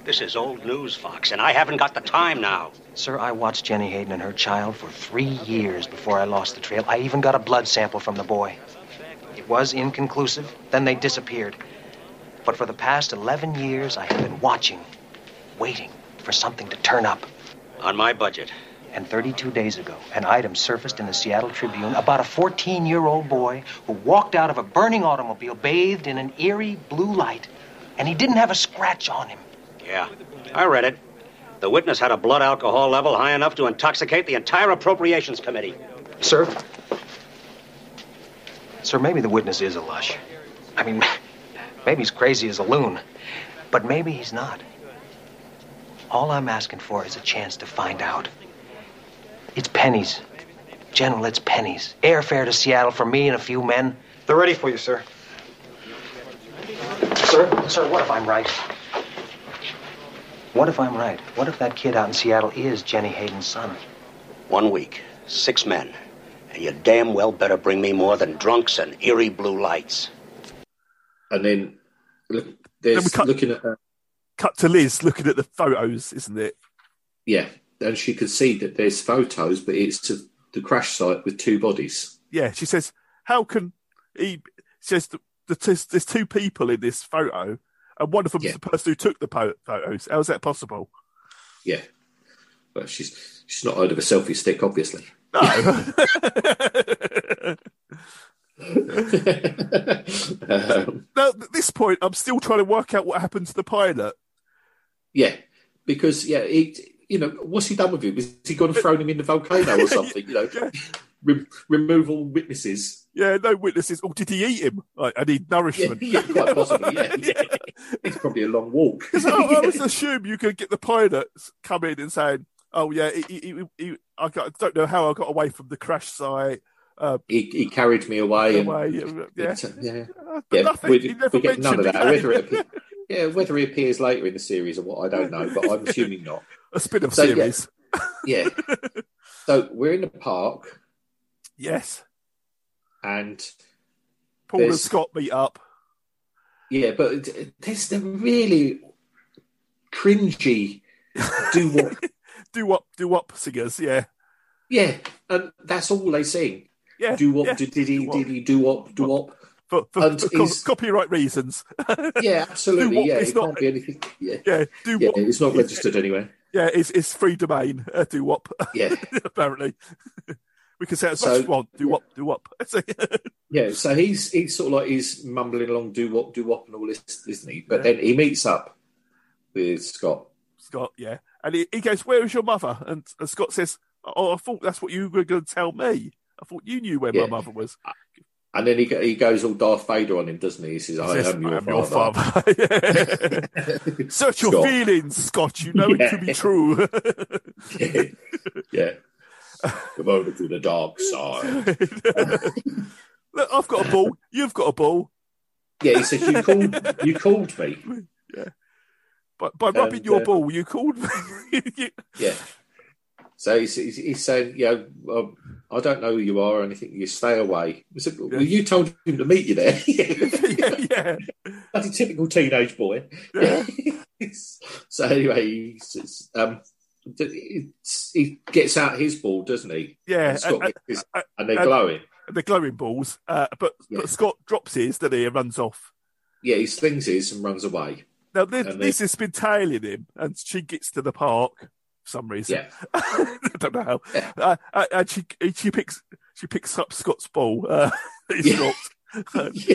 S11: This is old news, Fox, and I haven't got the time now.
S10: Sir, I watched Jenny Hayden and her child for three years before I lost the trail. I even got a blood sample from the boy. It was inconclusive. Then they disappeared. But for the past 11 years, I have been watching, waiting for something to turn up.
S11: On my budget.
S10: And 32 days ago, an item surfaced in the Seattle Tribune about a 14 year old boy who walked out of a burning automobile bathed in an eerie blue light, and he didn't have a scratch on him.
S11: Yeah, I read it. The witness had a blood alcohol level high enough to intoxicate the entire appropriations committee.
S10: Sir? Sir, maybe the witness is a lush. I mean, maybe he's crazy as a loon, but maybe he's not. All I'm asking for is a chance to find out. It's pennies. General, it's pennies. Airfare to Seattle for me and a few men.
S9: They're ready for you, sir.
S10: Sir, sir, what if I'm right? What if I'm right? What if that kid out in Seattle is Jenny Hayden's son?
S11: One week, six men. And you damn well better bring me more than drunks and eerie blue lights.
S3: And then look there's
S2: Then we cut-
S3: looking at uh, her
S2: Cut to Liz looking at the photos, isn't it?
S3: yeah. And she can see that there's photos, but it's of the crash site with two bodies.
S2: yeah, she says, "How can he?" Says the, the t- there's two people in this photo, and one of them
S3: Yeah.
S2: is the person who took the po- photos. How is that possible?
S3: Yeah. But she's she's not out of a selfie stick, obviously.
S2: No.
S3: um,
S2: now, at this point, I'm still trying to work out what happened to the pilot.
S3: yeah, because yeah, he, you know, what's he done with him? Is he gone and thrown him in the volcano or something? You know,
S2: Yeah.
S3: Re- remove all witnesses.
S2: Yeah, no witnesses. Oh, did he eat him? I, I need
S3: Yeah,
S2: nourishment.
S3: yeah, quite possibly. Yeah, yeah. it's probably a long walk.
S2: Because I, I always assume you could get the pilots come in and saying, "Oh yeah, he, he, he, he, I got, don't know how I got away from the crash site."
S3: he, he carried me away. and- uh,
S2: Away, yeah,
S3: yeah.
S2: Uh, but
S3: Yeah,
S2: nothing.
S3: we,
S2: he never
S3: we get none of
S2: mentioned
S3: that.
S2: his name.
S3: Whether it appear, yeah, whether he appears later in the series or what, I don't know, but I'm assuming not.
S2: a spin-off
S3: So, yeah.
S2: series.
S3: Yeah. So we're in the park,
S2: Yes,
S3: and
S2: Paul and
S3: There's-
S2: Scott meet up.
S3: yeah, but there's the really cringy do what.
S2: Do up, do up singers. Yeah,
S3: yeah, and that's all they sing.
S2: yeah.
S3: Do what,
S2: yeah.
S3: do diddy,
S2: Do what.
S3: diddy, do what, do what.
S2: for, for,
S3: and
S2: for co-
S3: is-
S2: copyright reasons.
S3: Yeah, absolutely.
S2: what,
S3: yeah,
S2: it's
S3: it
S2: not-
S3: can't be anything. Yeah.
S2: Yeah, do
S3: Yeah,
S2: what?
S3: it's not registered anywhere.
S2: Yeah, it's, it's free domain. Uh, do what?
S3: Yeah.
S2: apparently, we can say it as
S3: So-
S2: much as we want. Do what? Do what?
S3: Yeah, so he's he's sort of like he's mumbling along, do what, do what, and all this, isn't he? But then he meets up with Scott.
S2: Scott, yeah. And he, he goes, Where is your mother? And, and Scott says, Oh, I thought that's what you were going to tell me. I thought you knew where
S3: Yeah.
S2: my mother was.
S3: And then he go- he goes all Darth Vader on him, doesn't he? He says, "I,
S2: says,
S3: am, your,
S2: "I am your
S3: father."
S2: Search your
S3: Scott.
S2: feelings, Scott. You know it to be
S3: Yeah.
S2: true.
S3: yeah, come over to the dark side.
S2: Look, I've got a ball. You've got a ball.
S3: Yeah, he says, "You called, you called me."
S2: By, by rubbing
S3: And,
S2: your
S3: uh,
S2: ball, you called me.
S3: Yeah. So he's, he's, he's saying, you know, well, I don't know who you are or anything. You stay away. I said, well, you told him to meet you there.
S2: yeah.
S3: That's a typical teenage boy. so anyway, he's, it's, um, it's, he gets out his ball, doesn't he?
S2: Yeah, uh,
S3: And, Scott
S2: and-
S3: gets his- and they're
S2: and-
S3: glowing.
S2: They're glowing balls. Uh, but, but Scott drops his, doesn't he, and runs off.
S3: Yeah, he slings his and runs away.
S2: Now, this,
S3: And they-
S2: this has been tailing him, and she gets to the park for some reason.
S3: Yeah.
S2: I don't know how. Uh, uh, and she, she, picks, she picks up Scott's ball. Uh, he's dropped.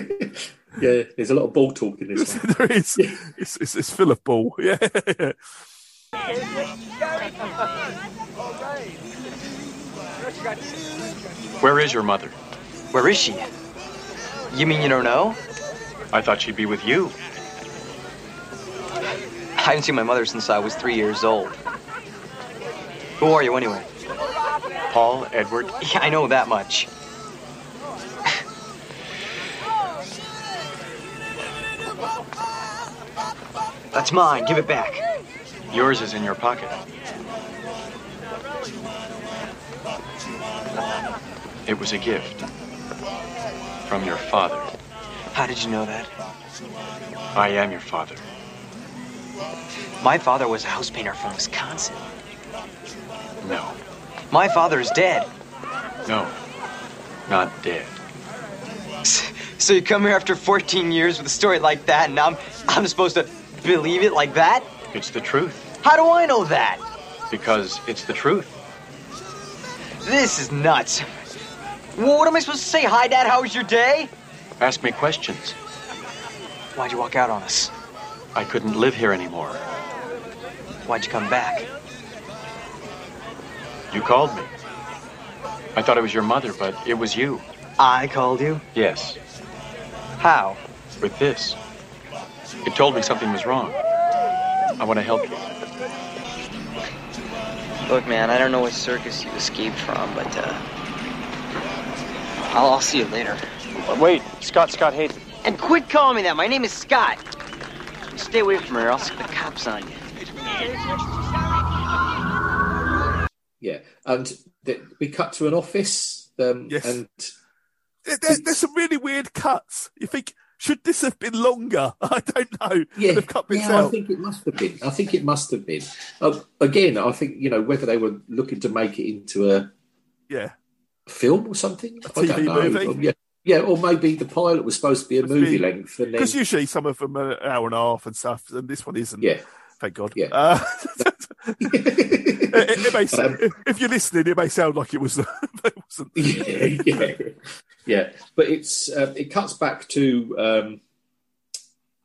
S3: Yeah, there's a lot of ball talk in this one.
S2: there is. It's, it's, it's full of ball. Yeah.
S5: Where is your mother? Where is she? You mean you don't know? I thought she'd be with you.
S12: I haven't seen my mother since I was three years old. Who are you anyway? Paul Edward. Yeah, I know that much.
S5: That's mine. Give it back. Yours is in your pocket. It was a gift from your father.
S12: How did you know that?
S5: I am your father.
S12: My father was a house painter from Wisconsin.
S5: No,
S12: My father is dead.
S5: no, not dead.
S12: So you come here after 14 years with a story like that, and I'm I'm supposed to believe it like that?
S5: It's the truth
S12: How do I know that?
S5: because it's the truth.
S12: This is nuts. Well, what am I supposed to say? Hi, Dad. How was your day?
S5: Ask me questions.
S12: Why'd you walk out on us?
S5: I couldn't live here anymore.
S12: Why'd you come back?
S5: You called me. I thought it was your mother, but it was you.
S12: I called you.
S5: Yes,
S12: How?
S5: with this. It told me something was wrong. I want to help you.
S12: Look, man, I don't know what circus you escaped from, but uh, I'll, I'll see you later.
S5: Wait, Scott, Scott Hayden.
S12: And quit calling me that. My name is Scott. Stay away from her, or else the cops on you.
S3: Yeah, and th- we cut to an office. Um, And
S2: There- there- there's some really weird cuts. You think, should this have been longer? I don't know.
S3: Yeah,
S2: They've cut bits
S3: yeah, I
S2: out.
S3: think it must have been. I think it must have been. Uh, again, I think you know whether they were looking to make it into a
S2: yeah.
S3: film or something. I I
S2: TV
S3: don't know.
S2: movie?
S3: Or, yeah, yeah, or maybe the pilot was supposed to be a movie length, and then
S2: Because usually some of them are an hour and a half and stuff, and this one isn't.
S3: Yeah.
S2: Thank God. Yeah. Uh, it, it may
S3: Um,
S2: sound, if you're listening, it may sound like it was. it wasn't.
S3: yeah, yeah, yeah. But it's um, it cuts back to um,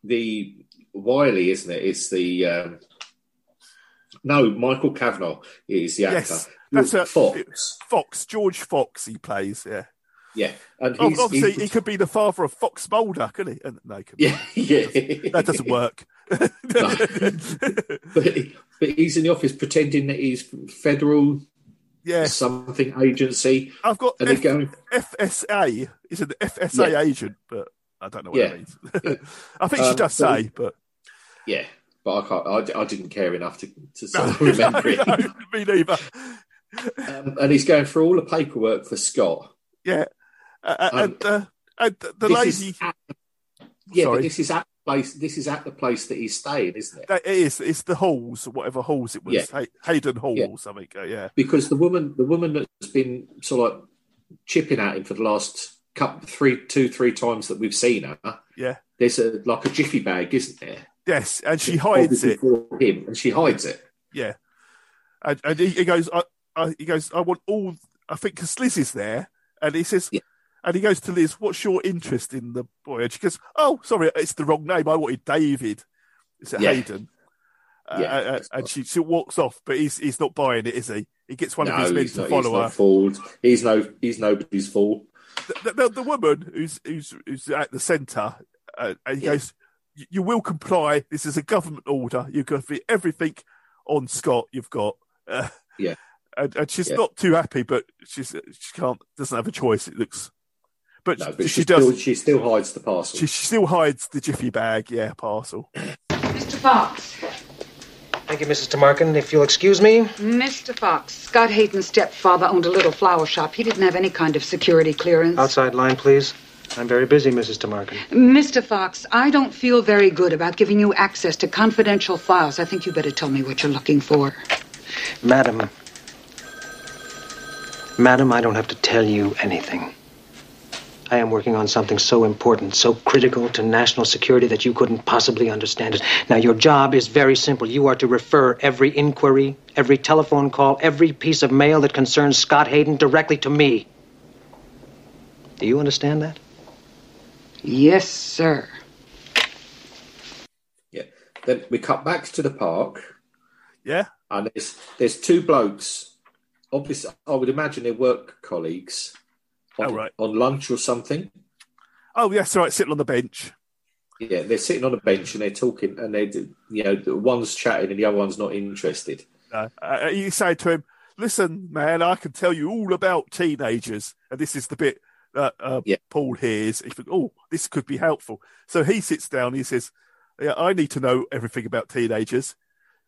S3: the Wiley, isn't it? It's the um, no Michael Kavanagh is the actor.
S2: Yes, that's a,
S3: Fox.
S2: Fox, George Fox. He plays. Yeah.
S3: Yeah, and
S2: Ob-
S3: he's,
S2: obviously,
S3: he's-
S2: he could be the father of Fox Mulder, couldn't he? And, no, he couldn't.
S3: Yeah, yeah.
S2: That doesn't work.
S3: but, he- but he's in the office pretending that he's federal
S2: Yeah.
S3: something agency.
S2: I've got
S3: and they're
S2: F-
S3: going
S2: FSA. He's an FSA
S3: Yeah.
S2: agent, but I don't know what
S3: Yeah.
S2: it means. I think she
S3: Um,
S2: does
S3: so-
S2: say, but
S3: yeah. But I can't. I, I didn't care enough to to sort of remember it.
S2: me neither.
S3: Um, and he's going through all the paperwork for Scott.
S2: Yeah, uh, uh,
S3: Um,
S2: and, uh, and the- the
S3: this is
S2: lady.
S3: Yeah,
S2: Sorry.
S3: but this is at the place. This is at the place that he's staying, isn't it?
S2: That it is. It's the halls, whatever halls it was.
S3: Yeah.
S2: Hay- Hayden Hall
S3: Yeah.
S2: or something. uh, yeah.
S3: Because the woman, the woman that's been sort of like chipping at him for the last couple, three, two, three times that we've seen her.
S2: Yeah.
S3: There's a like a jiffy bag, isn't there?
S2: Yes, and she hides
S3: Obviously
S2: it.
S3: for him, and she hides it.
S2: Yeah, and, and he, he goes. I, I, he goes. I want all. I think because Liz is there, and he says, and he goes to Liz, "What's your interest in the boy?" And she goes, "Oh, sorry, it's the wrong name. I wanted David." Is it
S3: Yeah.
S2: Hayden? Uh,
S3: Yeah.
S2: uh, and she, she walks off, but he's he's not buying it, is he? He gets one
S3: no,
S2: of his men
S3: he's
S2: to
S3: not, he's
S2: follow
S3: not
S2: her.
S3: fooled. He's no, he's nobody's fool.
S2: the, the, the woman who's who's who's at the centre, uh, and he goes, "You- "You will comply. This is a government order. You've got to be everything on Scott. You've got." Uh,
S3: Yeah.
S2: and, and she's
S3: Yeah.
S2: not too happy, but she's she can't doesn't have a choice. It looks, but,
S3: No, but
S2: she,
S3: she,
S2: does.
S3: still, she still hides the parcel.
S2: she, she still hides the jiffy bag. Yeah, parcel.
S6: Mr. Fox.
S10: Thank you, Mrs. Tamarkin. If you'll excuse me.
S13: Mr. Fox, Scott Hayden's stepfather owned a little flower shop. He didn't have any kind of security clearance.
S10: Outside line, please. I'm very busy, Mrs. Tamarkin.
S13: Mr. Fox, I don't feel very good about giving you access to confidential files. I think you better tell me what you're looking for.
S10: Madam. Madam, I don't have to tell you anything. I am working on something so important, so critical to national security that you couldn't possibly understand it. Now, your job is very simple. You are to refer every inquiry, every telephone call, every piece of mail that concerns Scott Hayden directly to me. Do you understand that?
S13: Yes, sir.
S3: Then we cut back to the park.
S2: Yeah.
S3: And there's there's two blokes. Obviously, I would imagine they're work colleagues. On, on lunch or something.
S2: Oh, yes, all right. Sitting on the bench.
S3: Yeah, they're sitting on a bench and they're talking, and they, are you know, the one's chatting and the other one's not interested.
S2: No. Uh, you say to him, "Listen, man, I can tell you all about teenagers." And this is the bit that uh, Paul hears. He thinks, "Oh, this could be helpful." So he sits down. And he says, "Yeah, I need to know everything about teenagers."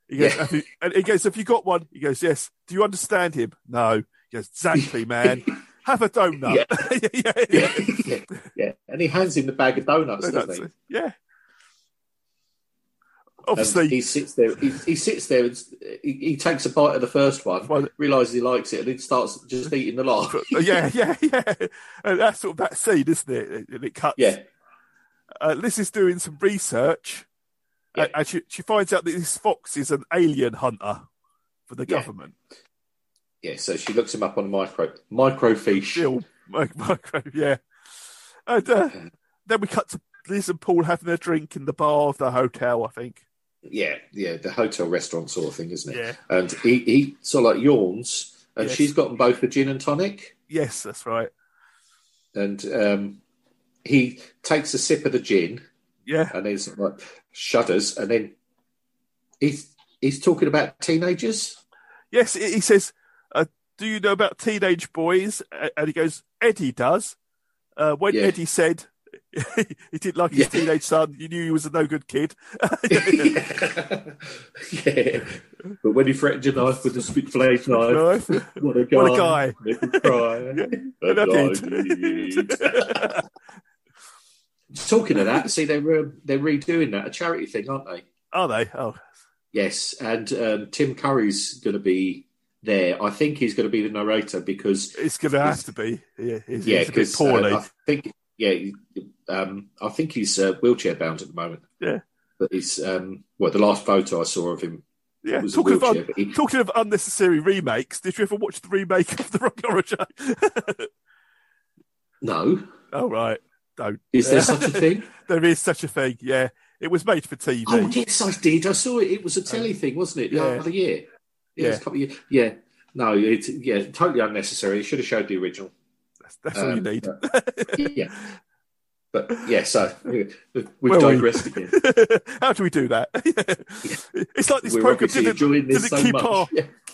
S2: He goes,
S3: Yeah.
S2: "Have you-" and he goes, "Have you got one?" He goes, "Yes." Do you understand him? No. He goes, "Exactly, man. Have a donut."
S3: Yeah, and he hands him the bag of donuts, doesn't he?
S2: Donuts, yeah.
S3: And
S2: Obviously-
S3: he sits there. He, he sits there. And, s- he, he takes a bite of the first one, realizes he likes it, and then starts just eating the last.
S2: Oh, yeah, yeah, yeah. And that's sort of that scene, isn't it? And it, cuts.
S3: Yeah.
S2: Uh, Liz is doing some research, and- and she, she finds out that this fox is an alien hunter for the
S3: Yeah.
S2: government.
S3: Yeah, so she looks him up on micro microfiche.
S2: Mi- micro, yeah. And uh, then we cut to Liz and Paul having a drink in the bar of the hotel, I think.
S3: Yeah, yeah, the hotel restaurant sort of thing, isn't it?
S2: Yeah.
S3: And he, he sort of like yawns, and
S2: Yes.
S3: she's gotten both a gin and tonic,
S2: Yes, that's right.
S3: and um, he takes a sip of the gin.
S2: Yeah.
S3: And then sort of like shudders, and then he's he's talking about teenagers.
S2: Yes, he he says, uh, "Do you know about teenage boys?" A- And he goes, "Eddie does." Uh, when
S3: Yeah.
S2: Eddie said he didn't like his teenage son, you knew he was a no good kid.
S3: Yeah. But when he threatened a knife with a Switchblade knife, what a guy!
S2: What a guy.
S3: Make him cry.
S2: And I did.
S3: Talking of that, see they're um, they're redoing that a charity thing, aren't they?
S2: Are they? Oh,
S3: Yes, and um, Tim Curry's going to be there. I think he's going to be the narrator because
S2: it's going to have to be. Yeah, he's,
S3: yeah,
S2: he's a bit
S3: 'cause, uh,
S2: poorly.
S3: I think yeah, um, I think he's uh, wheelchair bound at the moment.
S2: Yeah.
S3: but he's um, well, the last photo I saw of him
S2: yeah,
S3: was a
S2: talking of,
S3: wheelchair.
S2: un-
S3: but he,
S2: talking of unnecessary remakes, did you ever watch the remake of The Rock Origin?
S3: no,
S2: oh, right. Don't.
S3: Is there such a thing?
S2: there is such a thing, yeah. It was made for TV.
S3: oh yes, I did. I saw it. It was a telly thing, wasn't it? The
S2: yeah.
S3: other year. It
S2: Yeah.
S3: was a couple of years. Yeah. No, it's yeah, totally unnecessary. It should have showed the original.
S2: That's
S3: Um,
S2: all you need.
S3: but- yeah. But yeah, so we- we've
S2: Well, we-
S3: digressed again.
S2: How do we do that? It's like this
S3: We're
S2: program
S3: obviously
S2: didn't,
S3: enjoying this
S2: didn't
S3: so
S2: keep
S3: much.
S2: our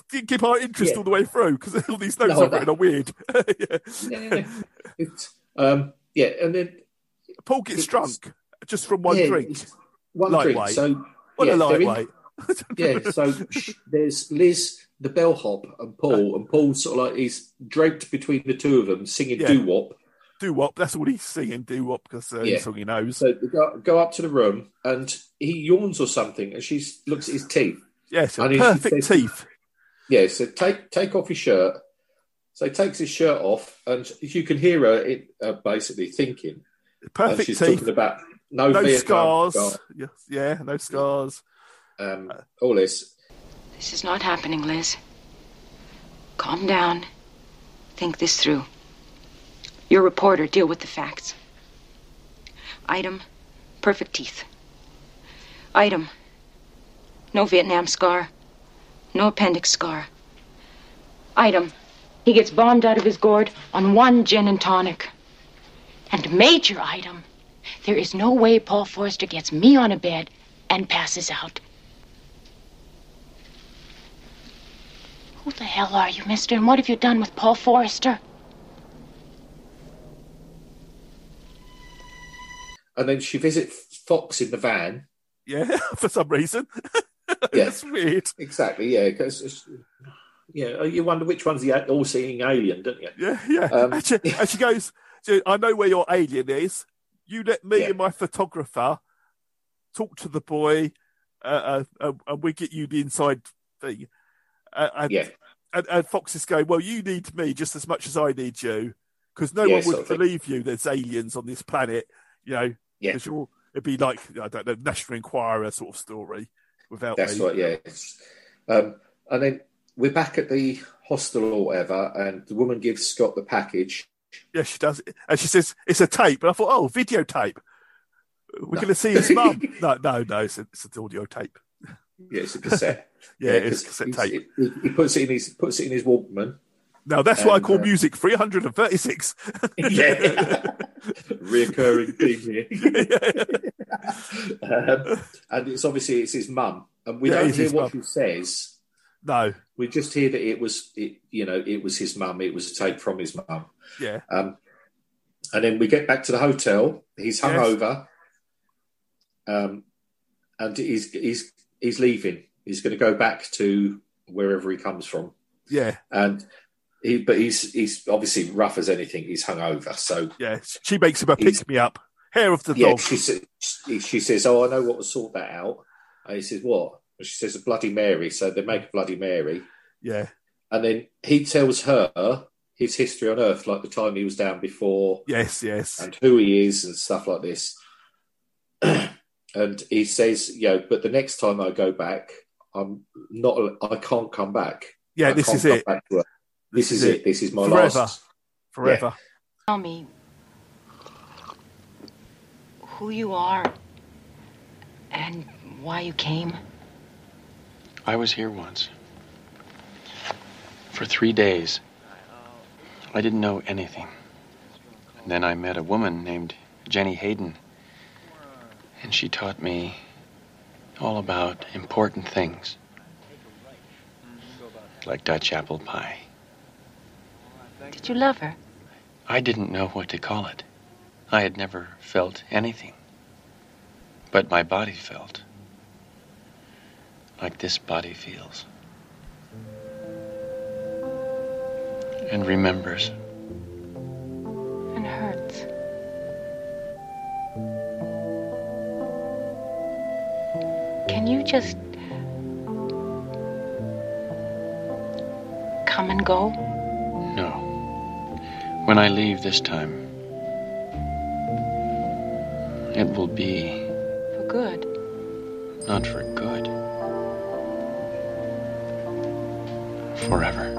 S2: didn't keep our interest
S3: Yeah.
S2: all the way through because all these notes
S3: No,
S2: I've written are weird. yeah.
S3: It's, um, yeah, and then
S2: Paul gets drunk just from one
S3: Yeah,
S2: drink.
S3: One drink.
S2: lightweight.
S3: So
S2: what
S3: yeah,
S2: a
S3: they're in-
S2: lightweight.
S3: yeah, so sh- there's Liz, the bellhop, and Paul, and Paul sort of like he's draped between the two of them, singing
S2: Yeah.
S3: doo wop.
S2: Do wop. That's all he's singing. Do wop because uh,
S3: Yeah.
S2: he's singing knows.
S3: So they go, go up to the room, and he yawns or something, and she looks at his teeth.
S2: Yes,
S3: and he-
S2: perfect
S3: she says-
S2: teeth.
S3: Yeah, so take take off his shirt. So he takes his shirt off, and you can hear her it, uh, basically thinking. and
S2: Perfect
S3: she's
S2: teeth.
S3: talking about no, Vietnam
S2: scars.
S3: scar,
S2: Yes, yeah, no scars.
S3: um, all this.
S6: This is not happening, Liz. Calm down. Think this through. You're a reporter. Deal with the facts. Item perfect teeth. Item No Vietnam scar. No appendix scar. Item. He gets bombed out of his gourd on one gin and tonic. And major item. There is no way Paul Forster gets me on a bed and passes out. Who the hell are you, mister? And what have you done with Paul Forrester?
S3: And then she visits Fox in the van.
S2: Yeah, for some reason.
S3: Yes,
S2: weird.
S3: Exactly. Yeah, 'cause it's- yeah, oh, you wonder which one's the all-seeing alien, don't you?
S2: Yeah, yeah.
S3: Um,
S2: and, she, and she goes, "Dude, I know where your alien is. You let me and my photographer talk to the boy, uh, uh, uh, and we get you the inside thing. Uh, and,
S3: Yeah.
S2: and, and Fox is going, Well, you need me just as much as I need you because no
S3: Yeah,
S2: one
S3: sort
S2: would
S3: of thing.
S2: believe you there's aliens on this planet, you know, because you're all, it'd be like, I don't know, National Enquirer sort of story without
S3: That's
S2: me.
S3: right. Yeah. It's- Um, and then we're back at the hostel or whatever, and the woman gives Scott the package.
S2: Yeah, she does. And she says, it's a tape. And I thought, oh, videotape. We're
S3: No.
S2: going to see his mum. No, no, no. It's, a, it's an audio tape.
S3: Yeah, it's a cassette.
S2: Yeah, it's
S3: 'cause
S2: cassette
S3: he's-
S2: tape.
S3: He, he puts it in his puts it in his Walkman.
S2: Now, that's what I
S3: And,
S2: call
S3: uh,
S2: music 336.
S3: yeah. Reoccurring theme here. um, and it's obviously it's his mum, and we
S2: Yeah,
S3: don't
S2: it's
S3: hear
S2: his
S3: what she says.
S2: No,
S3: we just hear that it was it, you know it was his mum. It was a tape from his mum.
S2: Yeah.
S3: Um, and then we get back to the hotel. He's
S2: Yes.
S3: hungover, um, and he's he's he's leaving. He's going to go back to wherever he comes from,
S2: Yeah.
S3: and he but he's he's obviously rough as anything. He's hungover, so
S2: Yeah. She makes him a pick me up. Hair of the
S3: yeah.
S2: dog.
S3: She says she says, "Oh, I know what will sort that out." And he says, "What?" And she says, "A bloody Mary." So they make a bloody Mary.
S2: Yeah.
S3: And then he tells her his history on Earth, like the time he was down before.
S2: Yes, yes.
S3: And who he is and stuff like this. and he says, you know, but the next time I go back, I'm not, I can't come back.
S2: Yeah,
S3: I
S2: this
S3: can't
S2: is
S3: come
S2: it.
S3: back to Earth. This, is it. This is my
S2: Forever.
S3: last.
S2: Forever.
S6: Tell me who you are and why you came.
S5: I was here once. For three days. I didn't know anything. And then I met a woman named Jenny Hayden. And she taught me all about important things. Like Dutch apple pie.
S6: Did you love her?
S5: I didn't know what to call it. I had never felt anything. But my body felt. Like this body feels. And remembers.
S6: And hurts. Can you just come and go?
S5: No. When I leave this time, it will be
S6: For good.
S5: not for good. Forever.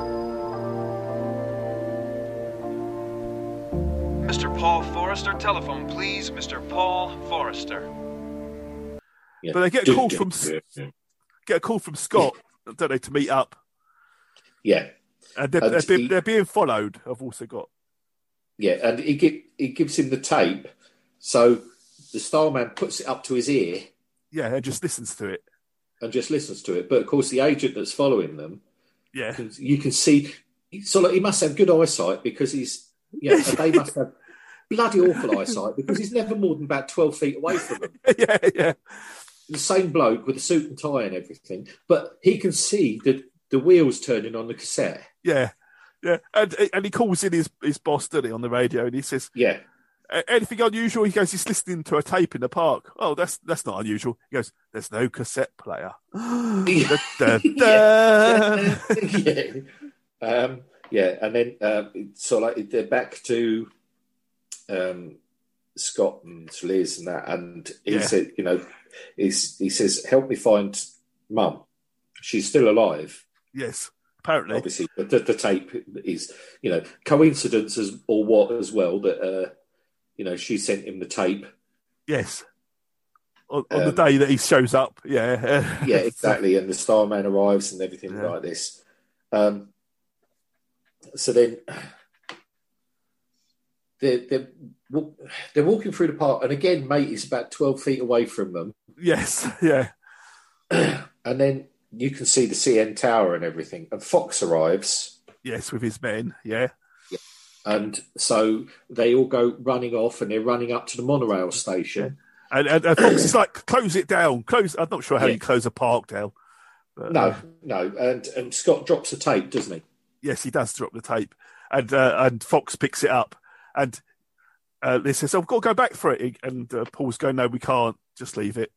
S14: Mr. Paul Forrester, telephone, please. Mr. Paul Forrester.
S2: But they get a call from get a call from Scott, don't they, to meet up.
S3: Yeah.
S2: And they're,
S3: And
S2: they're, being-
S3: he-
S2: they're being followed. I've also got.
S3: Yeah, and he, gi- he gives him the tape. So the style man puts it up to his ear
S2: Yeah, and just listens to it.
S3: and just listens to it. But of course, the agent that's following them
S2: Yeah.
S3: because you can see. So like, he must have good eyesight because he's yeah. and they must have bloody awful eyesight because he's never more than about twelve feet away from them.
S2: yeah, yeah.
S3: The same bloke with a suit and tie and everything, but he can see the the wheels turning on the cassette.
S2: Yeah, yeah, and and he calls in his his boss, doesn't he, on the radio, and he says,
S3: "Yeah,
S2: anything unusual?" He goes, "He's listening to a tape in the park." Oh, that's that's not unusual. He goes, "There's no cassette player." Da, da, da.
S3: yeah. Um, yeah, and then uh, so like they're back to um, Scott and Liz and that, and he
S2: Yeah.
S3: said, you know, he's, he says, "Help me find Mum. She's still alive."
S2: Yes, apparently.
S3: Obviously, but the, the tape is, you know, coincidence as, or what as well that, uh, you know, she sent him the tape
S2: Yes. on, on the day that he shows up. Yeah,
S3: yeah, exactly. And the Starman arrives and everything like this. Um, so then they're, they're, wa- they're walking through the park, and again, mate is about 12 feet away from them.
S2: Yes, yeah.
S3: And then you can see the CN Tower and everything. And Fox arrives.
S2: Yes, with his men, yeah.
S3: And so they all go running off and they're running up to the monorail station.
S2: And, and, and Fox is like, close it down. Close. I'm not sure how you close a park down. But,
S3: No,
S2: uh,
S3: no. And, and Scott drops the tape, doesn't he?
S2: yes, he does drop the tape, and uh, and Fox picks it up, and uh, they says, "I've got to go back for it," and uh, Paul's going, "No, we can't. Just leave it."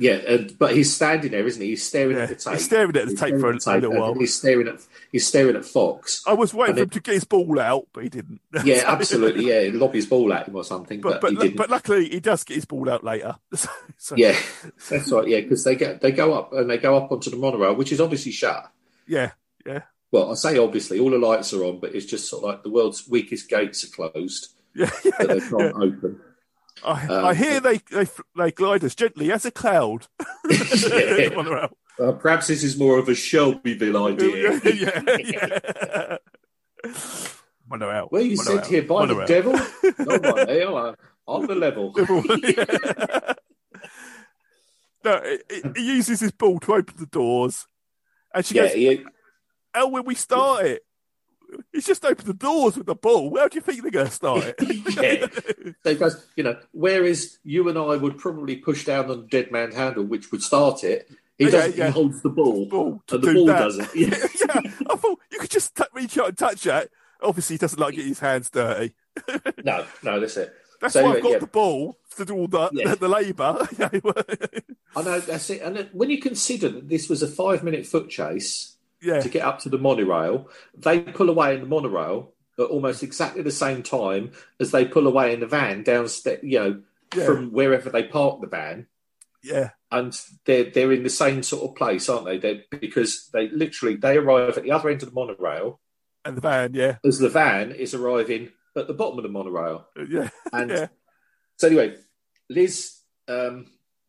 S3: Yeah, and, but he's standing there, isn't he? He's staring at the tape.
S2: he's staring at the tape
S3: He's staring
S2: for
S3: at
S2: a
S3: the tape,
S2: little
S3: and
S2: while.
S3: He's staring at he's staring at Fox.
S2: I was waiting
S3: And
S2: for
S3: it-
S2: him to get his ball out, but he didn't.
S3: Yeah,
S2: So-
S3: absolutely. Yeah, lob his ball at him or something,
S2: But
S3: but,
S2: but,
S3: he
S2: lu-
S3: didn't.
S2: but luckily he does get his ball out later. So- so-
S3: yeah, that's right. Yeah, because they get they go up and they go up onto the monorail, which is obviously shut.
S2: yeah, yeah,
S3: Well, I say obviously, all the lights are on, but it's just sort of like the world's weakest gates are closed.
S2: Yeah,
S3: but they can't open.
S2: I,
S3: Um,
S2: I hear they, they they glide as gently as a cloud.
S3: Yeah.
S2: Monorail.
S3: Uh, perhaps this is more of a Shelbyville idea.
S2: yeah, yeah. Monorail.
S3: Were you
S2: Monorail.
S3: sent here by
S2: Monorail.
S3: the devil? no, my, they are on the level.
S2: No, it- it- he uses his ball to open the doors, and she
S3: Yeah,
S2: goes,
S3: he-
S2: "How will we start it?" He's just opened the doors with the ball. How do you think they're going to start it?
S3: yeah. So he goes, you know, whereas you and I would probably push down on the dead man handle, which would start it. He
S2: Yeah,
S3: doesn't.
S2: yeah.
S3: He holds the ball,
S2: to
S3: and the
S2: do
S3: ball
S2: that.
S3: doesn't. Yeah.
S2: I thought you could just t- reach out and touch that. Obviously, he doesn't like getting his hands dirty.
S3: no, no, that's it.
S2: That's
S3: So
S2: why I've
S3: anyway,
S2: got
S3: yeah.
S2: the ball to do all the,
S3: Yeah.
S2: the, labour.
S3: I know that's it. And it- when you consider that this was a five-minute foot chase
S2: Yeah.
S3: to get up to the monorail, they pull away in the monorail at almost exactly the same time as they pull away in the van downstairs. You know,
S2: Yeah.
S3: from wherever they park the van.
S2: yeah,
S3: and they're they're in the same sort of place, aren't they? They're, because they literally they arrive at the other end of the monorail
S2: and the van, yeah,
S3: as the van is arriving at the bottom of the monorail.
S2: yeah,
S3: And
S2: yeah.
S3: so anyway, Liz um,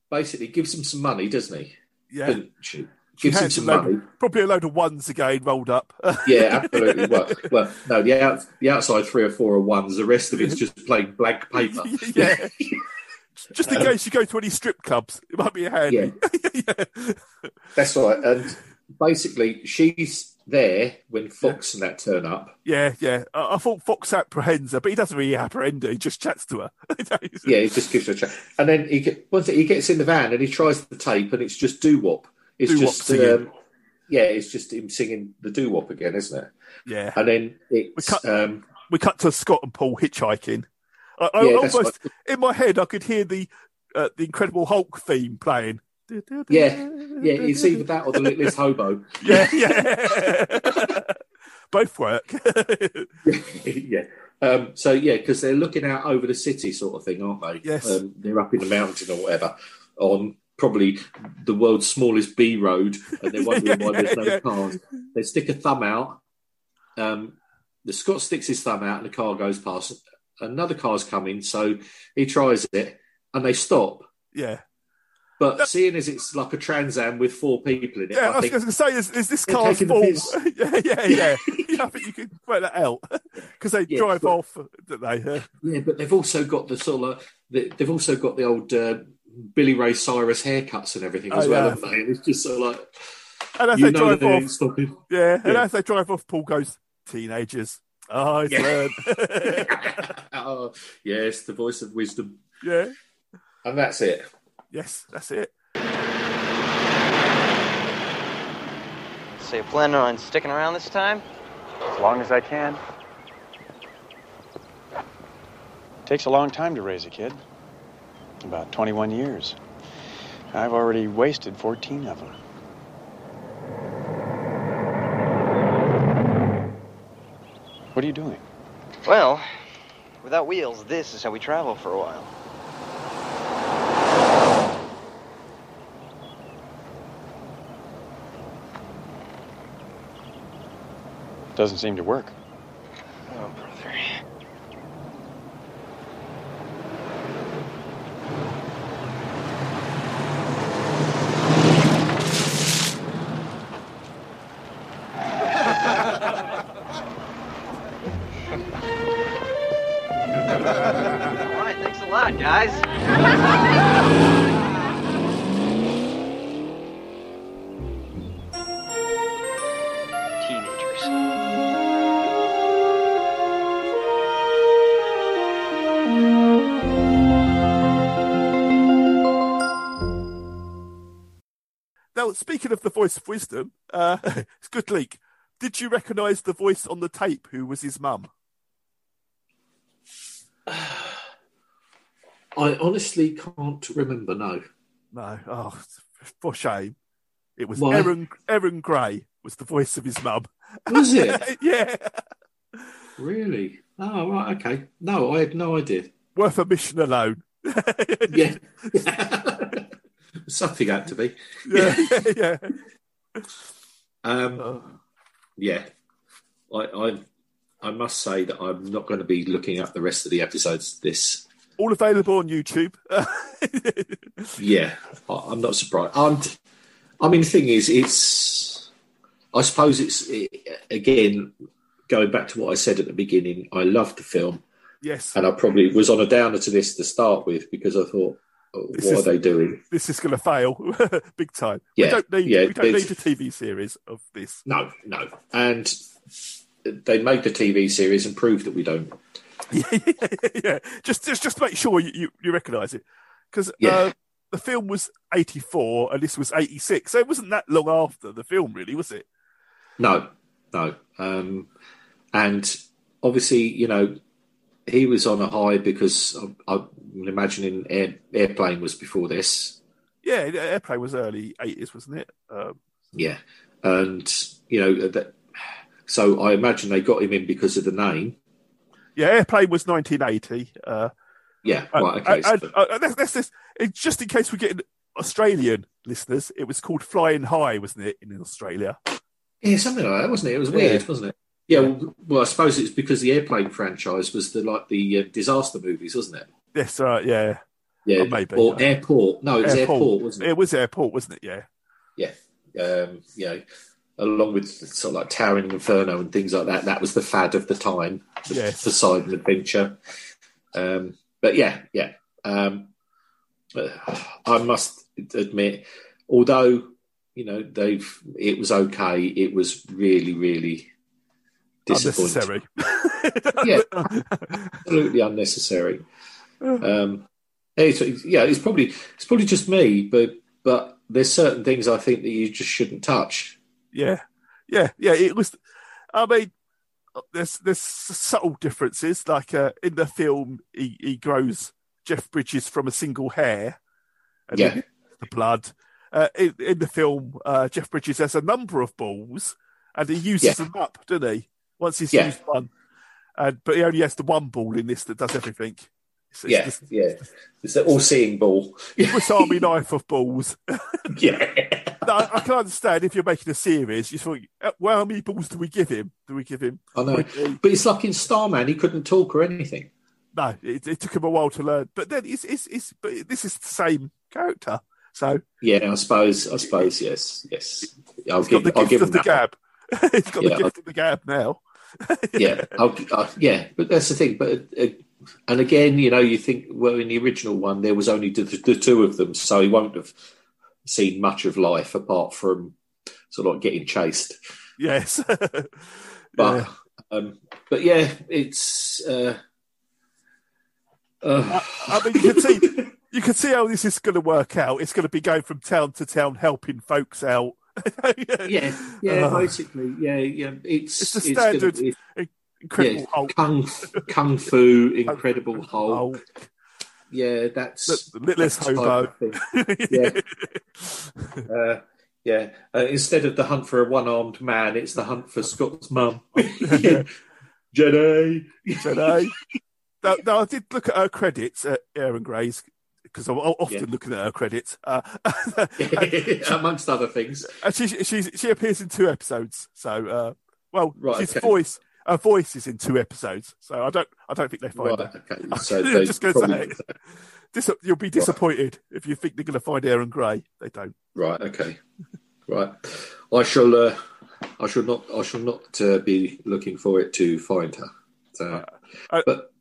S3: basically gives him some money, doesn't he?
S2: Yeah.
S3: Doesn't she?
S2: She
S3: Gives him
S2: hands
S3: some
S2: a load-
S3: money.
S2: probably a load of ones again rolled up.
S3: Yeah, absolutely. well, well, no, the out, the outside three or four are ones. The rest of it's just plain blank paper.
S2: yeah. Just in case you go to any strip clubs, it might be handy.
S3: Uh, Yeah. That's right. And basically, she's there when Fox and that turn up.
S2: Yeah, yeah. I, I thought Fox apprehends her, but he doesn't really apprehend her. He just chats to her.
S3: Yeah, he just gives her a chance. And then he get, once he gets in the van and he tries the tape, and it's just doo wop. It's
S2: Doo-wop
S3: just
S2: singing.
S3: um, yeah, it's just him singing the doo wop again, isn't it?
S2: yeah.
S3: And then
S2: We
S3: it's
S2: cut,
S3: um,
S2: we cut to Scott and Paul hitchhiking. I, I
S3: Yeah, that's
S2: almost in my head I could hear the uh, the Incredible Hulk theme playing.
S3: yeah, yeah, it's either that or the littlest hobo.
S2: Yeah, yeah. Both work.
S3: yeah. Um, so yeah, because they're looking out over the city, sort of thing, aren't they?
S2: Yes.
S3: Um, they're up in the mountain or whatever, on probably the world's smallest B road, and they're wondering why there's no
S2: Yeah.
S3: cars. They stick a thumb out. Um, the Scot sticks his thumb out, and the car goes past. Another car's coming, so he tries it, and they stop.
S2: Yeah.
S3: But seeing as it's like a Trans Am with four people in it,
S2: Yeah, I
S3: I
S2: was
S3: think
S2: going to say, is, is this
S3: They're
S2: car's
S3: taking the
S2: fault?
S3: piss.
S2: yeah, yeah, yeah. yeah. I think you could work that out because they drive off, don't they?
S3: Yeah, but they've also got the sort of the, they've also got the old uh, Billy Ray Cyrus haircuts and everything as
S2: Oh,
S3: well.
S2: yeah.
S3: haven't they? It's just sort of like
S2: And as
S3: you
S2: they
S3: know
S2: drive
S3: they ain't
S2: off,
S3: stopping.
S2: yeah, and
S3: Yeah.
S2: as they drive off, Paul goes, "Teenagers, oh, I
S3: Yeah.
S2: learned."
S3: Oh, yes, the voice of wisdom,
S2: yeah,
S3: and that's it.
S2: yes, that's it.
S12: So you planning on sticking around this time?
S5: As long as I can. Takes a long time to raise a kid. About 21 years. I've already wasted 14 of them. What are you doing?
S12: Well, without wheels, this is how we travel for a while.
S5: Doesn't seem to work.
S12: Oh, brother.
S7: All right, thanks a lot, guys.
S2: Now, speaking of the voice of wisdom, uh, it's a good leak. Did you recognise the voice on the tape who was his mum?
S3: I honestly can't remember. No,
S2: no. Oh, for shame. It was
S3: Why?
S2: Erin. Erin Gray was the voice of his mum.
S3: Was it?
S2: yeah.
S3: Really? Oh, right. Okay. No, I had no idea.
S2: Worth a mission alone.
S3: yeah. Something had to be.
S2: Yeah, yeah.
S3: Um,
S2: Oh.
S3: Yeah. I, I I must say that I'm not going to be looking up the rest of the episodes of this.
S2: All available on YouTube.
S3: Yeah. I, I'm not surprised. I'm, t- I mean, the thing is, it's. I suppose it's it, again going back to what I said at the beginning. I loved the film,
S2: yes.
S3: and I probably was on a downer to this to start with because I thought, oh,
S2: This
S3: what
S2: is-
S3: are they doing?
S2: This is going to fail big time. we
S3: Yeah,
S2: don't need.
S3: yeah,
S2: we don't
S3: it's-
S2: need a TV series of this.
S3: No, no. And they made the TV series and proved that we don't.
S2: yeah, just just just make sure you you, you recognise it because uh,
S3: Yeah.
S2: the film was eighty four and this was eighty six, so it wasn't that long after the film, really, was it?
S3: No, no. Um, and obviously, you know, he was on a high because I'm, I'm imagining air, airplane was before this.
S2: Yeah, the Airplane was early eighties, wasn't it? Um,
S3: Yeah, and you know that. So I imagine they got him in because of the name.
S2: yeah, Airplane was nineteen eighty. Uh,
S3: Yeah,
S2: uh,
S3: right. Okay.
S2: uh,
S3: so-
S2: uh, uh, that's, that's this. It, just in case we're getting Australian listeners, it was called Flying High, wasn't it, in Australia?
S3: yeah, something like that, wasn't it? It was weird,
S2: Yeah.
S3: wasn't it? Yeah. Well, well, I suppose it's because the airplane franchise was the like the uh, disaster movies, wasn't it?
S2: Yes, uh, yeah,
S3: Yeah,
S2: Or maybe
S3: or
S2: uh,
S3: airport. No, it was airport, wasn't it?
S2: It was airport, wasn't it? Yeah.
S3: yeah, um, you know, along with sort of like Towering Inferno and things like that. That was the fad of the time, the,
S2: Yes.
S3: the side of adventure. Um, but yeah, yeah. Um, but I must admit, although you know they've, it was okay. It was really, really disappointing.
S2: Unnecessary.
S3: yeah, absolutely unnecessary.
S2: Mm.
S3: Um, it's, it's- yeah, it's probably it's probably just me, but but there's certain things I think that you just shouldn't touch.
S2: Yeah, yeah, yeah. It was. I mean, there's there's subtle differences. Like uh, in the film, he, he grows Jeff Bridges from a single hair, and
S3: Yeah.
S2: then the blood. Uh, in, in the film, uh, Jeff Bridges has a number of balls, and he uses
S3: Yeah.
S2: them up, doesn't he? Once he's
S3: Yeah.
S2: used one, and but he only has the one ball in this that does everything. It's, it's
S3: yeah,
S2: this
S3: yeah. It's the all-seeing ball.
S2: Swiss Army knife of balls.
S3: yeah.
S2: No, I I can understand if you're making a series, you think, uh, well, how many balls do we give him? Do we give him?
S3: I know, but it's like in Starman, he couldn't talk or anything.
S2: No, it, it took him a while to learn. But then it's, it's, it's, but this is the same character. So
S3: Yeah, I suppose. I suppose. Yes, yes. I'll
S2: he's got
S3: give.
S2: the
S3: I'll
S2: gift
S3: give
S2: of
S3: him
S2: the
S3: that.
S2: gab. he's got
S3: Yeah,
S2: the gift
S3: I-
S2: of the gab now.
S3: yeah, I'll, I, yeah, but that's the thing. But uh, and again, you know, you think well in the original one there was only the, the two of them, so he won't have seen much of life apart from sort of like getting chased.
S2: Yes.
S3: But um, but yeah, it's uh, uh,
S2: I mean, you can see, you can see how this is going to work out. It's going to be going from town to town, helping folks out.
S3: yeah, yeah,
S2: Uh,
S3: basically, yeah, yeah. It's
S2: it's the
S3: gonna
S2: standard
S3: be-
S2: Incredible Hulk.
S3: kung kung fu, incredible Hulk. Yeah, that's
S2: The- the littlest
S3: that's type
S2: hobo.
S3: of thing. yeah, uh, yeah. Uh, instead of the hunt for a one-armed man, it's the hunt for Scott's mum. Jedi,
S2: Jedi. No, no, I did look at her credits at Aaron Gray's because I'm o- often
S3: Yeah.
S2: looking at her credits. Uh,
S3: amongst other things.
S2: and she, she's, she appears in two episodes. So, uh, well,
S3: Right,
S2: she's
S3: okay.
S2: voice. Her voice is in two episodes, so I don't. I don't think they find
S3: Right,
S2: her.
S3: okay.
S2: I'm
S3: So they
S2: just going to say,
S3: probably-
S2: it. Dis- you'll be disappointed if you think they're going to find Aaron Gray. They don't.
S3: Right. Okay. Right. I shall. Uh, I shall not. I shall not uh, be looking for it to find her. So, but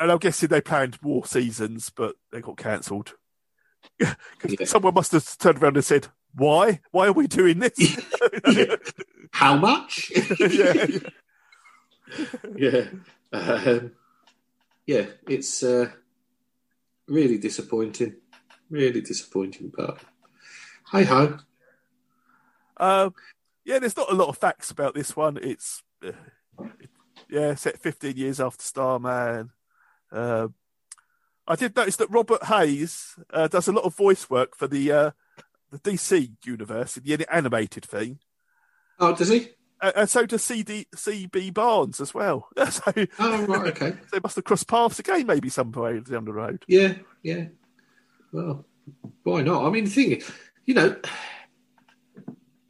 S2: and I'm guessing they planned more seasons, but they got cancelled. 'Cause Someone must have turned around and said, "Why? Why are we doing this?
S3: How much?"
S2: yeah,
S3: yeah, um, yeah. It's uh, really disappointing. Really disappointing, but hey ho.
S2: Um, yeah, there's not a lot of facts about this one. It's uh, yeah, set 15 years after Starman. Uh, I did notice that Robert Hayes uh, does a lot of voice work for the uh, the DC universe in the animated thing.
S3: Oh, does he?
S2: Uh, and so does CD, CB Barnes as well. so,
S3: oh, right, okay. so
S2: they must have crossed paths again, maybe somewhere down the road.
S3: Yeah, yeah. Well, why not? I mean, the thing, is, you know,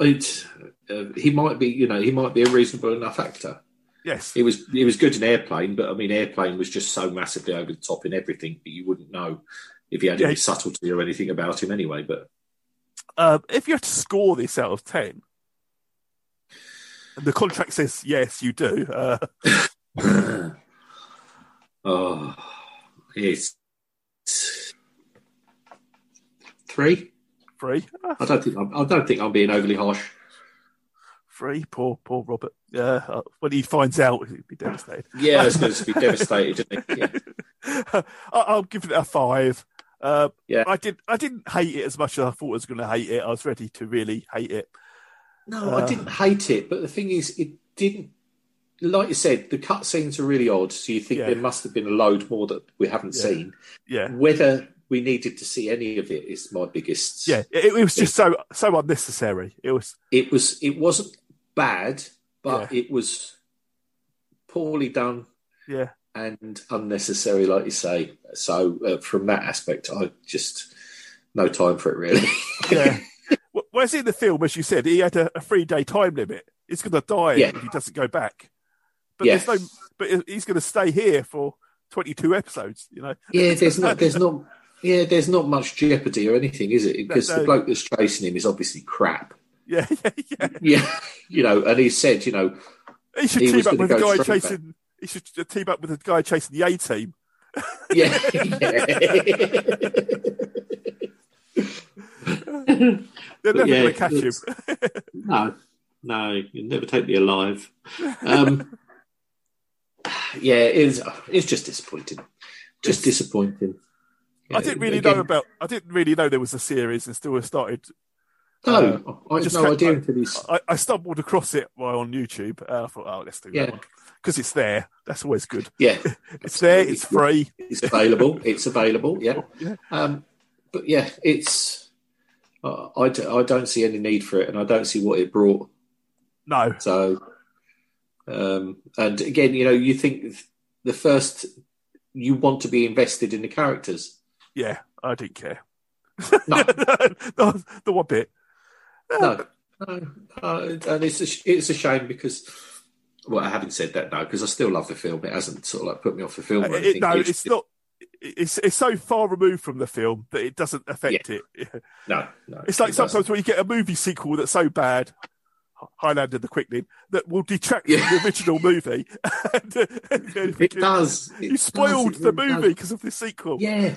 S3: it's uh, he might be, you know, he might be a reasonable enough actor.
S2: Yes.
S3: It was it was good in Airplane, but I mean, Airplane was just so massively over the top in everything that you wouldn't know if he had
S2: Yeah.
S3: any subtlety or anything about him anyway. But
S2: Um, if you had to score this out of 10, and the contract says yes, you do. Uh,
S3: oh, it's three.
S2: Three.
S3: I don't think I'm, I don't think I'm being overly harsh.
S2: Free, poor, poor Robert. Yeah, uh, when he finds out, he'd be devastated.
S3: Yeah, it's going to be devastated. Isn't it? Yeah.
S2: I, I'll give it a five. Uh,
S3: yeah,
S2: I did. I didn't hate it as much as I thought I was going to hate it. I was ready to really hate it.
S3: No,
S2: Uh,
S3: I didn't hate it, but the thing is, it didn't. Like you said, the cutscenes are really odd, so you think
S2: Yeah.
S3: there must have been a load more that we haven't
S2: Yeah.
S3: seen.
S2: Yeah.
S3: Whether we needed to see any of it is my biggest.
S2: Yeah, it, it was just so so unnecessary. It was.
S3: It was. It wasn't bad, but it was poorly done
S2: Yeah,
S3: and unnecessary, like you say. So, uh, from that aspect, I just no time for it really.
S2: yeah. Wh- Whereas in the film, as you said, he had a, a three day time limit. He's going to die
S3: Yeah.
S2: if he doesn't go back. But
S3: Yes.
S2: there's no. But he's going to stay here for twenty two episodes. You know.
S3: Yeah, there's not, there's not, yeah, there's not much jeopardy or anything, is it?
S2: No,
S3: Because
S2: no.
S3: the bloke that's chasing him is obviously crap.
S2: Yeah, yeah, yeah.
S3: Yeah, you know, and he said, you know,
S2: He should
S3: He was
S2: team up
S3: gonna
S2: with the
S3: go
S2: guy
S3: straight
S2: chasing. He should team up with the guy chasing the A team.
S3: yeah,
S2: They're
S3: But
S2: never
S3: yeah,
S2: going to catch him.
S3: it's- no, no, you'll never take me alive. Um, yeah, it's it's just disappointing, just disappointing.
S2: I didn't really
S3: Again-
S2: know about. I didn't really know there was a series and still started.
S3: No, I had no
S2: ca-
S3: idea until these.
S2: I, I stumbled across it while on YouTube. Uh, I thought, oh, let's do
S3: Yeah.
S2: that one because it's there. That's always good.
S3: Yeah,
S2: it's there. It's free.
S3: It's available. It's available. Yeah. Um, but yeah, it's. Uh, I, d- I don't see any need for it, and I don't see what it brought.
S2: No.
S3: So, um, and again, you know, you think the first you want to be invested in the characters.
S2: Yeah, I didn't care.
S3: No.
S2: no, the one bit.
S3: No, no, uh, and it's a, sh- it's a shame because. Well, I haven't said that now because I still love the film. It hasn't sort of like put me off the film.
S2: Uh,
S3: Or
S2: it-
S3: anything.
S2: no, it's not. It's it's so far removed from the film that it doesn't affect it.
S3: No, no.
S2: It's like
S3: it doesn't.
S2: sometimes when you get a movie sequel that's so bad, H- Highlander the Quickening, that will detract from the original movie. And, uh, and you're thinking,
S3: does. It
S2: You
S3: does.
S2: spoiled
S3: It
S2: the
S3: really does.
S2: movie because of the sequel.
S3: Yeah.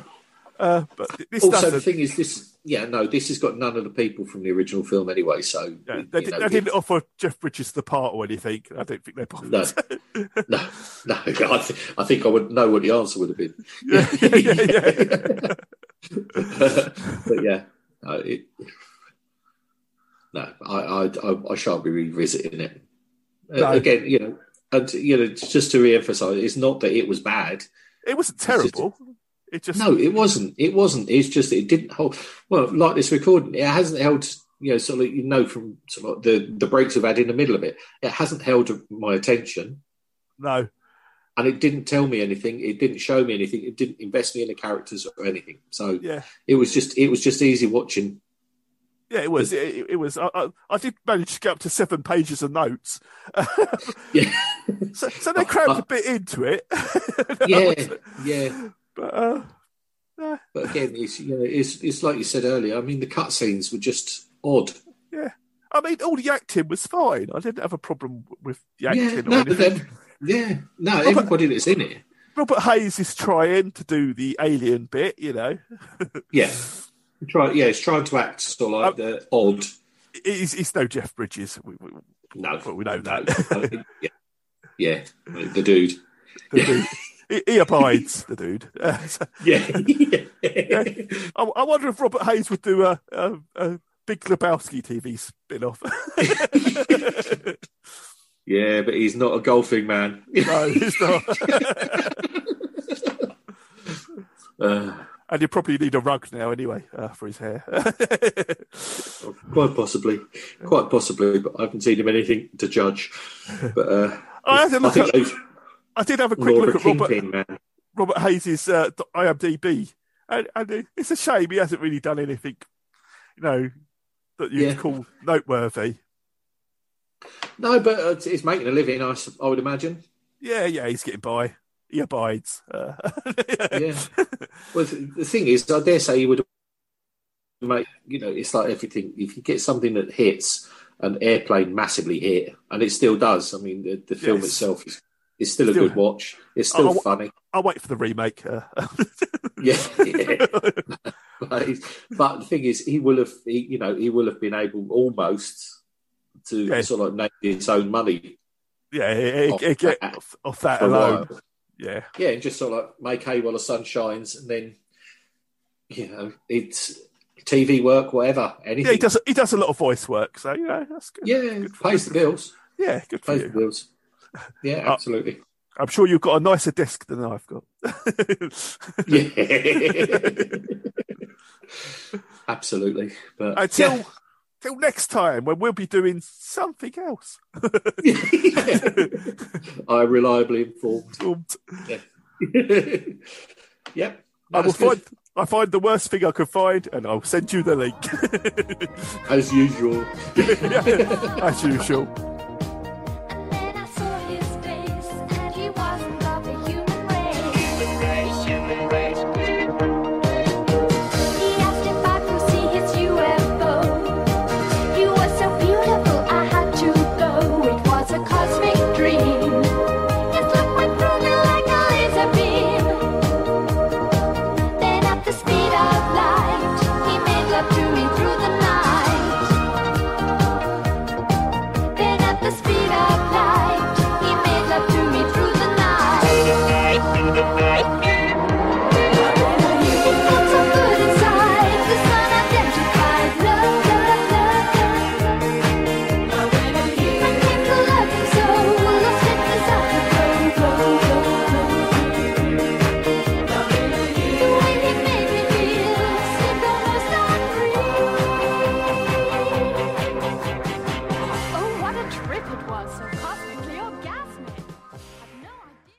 S2: Uh, but th- this
S3: also, the
S2: doesn't.
S3: thing is, this yeah, no, this has got none of the people from the original film anyway. So
S2: Yeah, they,
S3: you
S2: did,
S3: know,
S2: they didn't offer Jeff Bridges the part or anything. I don't think they bothered.
S3: No. no, no, I, th- I think I would know what the answer would have been.
S2: Yeah, yeah, yeah, yeah.
S3: but yeah, no, it, no I, I, I, I shan't be revisiting it Uh,
S2: No.
S3: again. You know, and you know, just to re-emphasize, it's not that it was bad.
S2: It wasn't terrible. It just
S3: no, it wasn't. It wasn't. It's just that it didn't hold. Well, like this recording, it hasn't held. You know, sort of you know from sort of the the breaks we've had in the middle of it, it hasn't held my attention.
S2: No,
S3: and it didn't tell me anything. It didn't show me anything. It didn't invest me in the characters or anything. So
S2: Yeah.
S3: it was just it was just easy watching.
S2: Yeah, it was. It, it- it was. I, I, I did manage to get up to seven pages of notes. so, so they crammed a bit into it.
S3: Yeah, yeah.
S2: But, uh, yeah.
S3: But again, it's you know, it's it's like you said earlier. I mean, the cutscenes were just odd.
S2: Yeah. I mean, all the acting was fine. I didn't have a problem with the acting
S3: Yeah,
S2: or
S3: no, but
S2: anything.
S3: then, yeah, no, everybody that's in it
S2: Robert Hayes is trying to do the alien bit, you know.
S3: Yeah. Try, yeah, he's trying to act sort of like the
S2: Oh.
S3: odd.
S2: It's, it's no Jeff Bridges. We, we,
S3: no,
S2: we know that.
S3: yeah. yeah, the dude.
S2: The dude. He, he abides, the dude. Uh, so-
S3: Yeah.
S2: Yeah. I, I wonder if Robert Hayes would do a, a, a Big Lebowski TV spin off.
S3: Yeah, but he's not a golfing man.
S2: no, he's not.
S3: Uh,
S2: and you probably need a rug now anyway uh, for his hair.
S3: quite possibly, quite possibly, but I haven't seen him anything to judge. But uh,
S2: I had to Oh, look
S3: think
S2: up-
S3: they've
S2: I did have a quick
S3: Laura
S2: look at Robert,
S3: Kingpin, man.
S2: Robert Hayes's uh, d- IMDb, and, and it's a shame he hasn't really done anything, you know, that you'd
S3: Yeah.
S2: call noteworthy.
S3: No, but uh, it's- it's making a living. I, sup- I would imagine.
S2: Yeah, yeah, he's getting by. He abides. Uh,
S3: yeah. Well, th- the thing is, I dare say you would make, you know, it's like everything. If you get something that hits, an airplane massively hit, and it still does. I mean, the, the film
S2: Yes.
S3: itself is, is still,
S2: Still-
S3: a good watch. It's still
S2: I'll-
S3: funny.
S2: I'll wait for the remake. Uh,
S3: Yeah. but, he's- but the thing is, he will have, he, you know, he will have been able almost to sort of like make his own money.
S2: yeah, it,
S3: Off
S2: it, it get
S3: that-
S2: off, off that
S3: for a
S2: alone.
S3: while.
S2: Yeah,
S3: Yeah, and just sort of like make hay while the sun shines, and then you know it's TV work, whatever, anything.
S2: yeah, he does. He does a lot of voice work, so you know that's good.
S3: Yeah, pays the bills.
S2: Yeah, Uh, good for
S3: Pays
S2: you.
S3: the bills. Yeah, absolutely.
S2: I'm sure you've got a nicer desk than I've got.
S3: absolutely. But
S2: Until till next time, when we'll be doing something else.
S3: I reliably informed.
S2: Um,
S3: Yeah. yep.
S2: I will
S3: That's
S2: find.
S3: good.
S2: I find the worst thing I can find, and I'll send you the link.
S3: As usual.
S2: Yeah, as usual.
S13: Oh,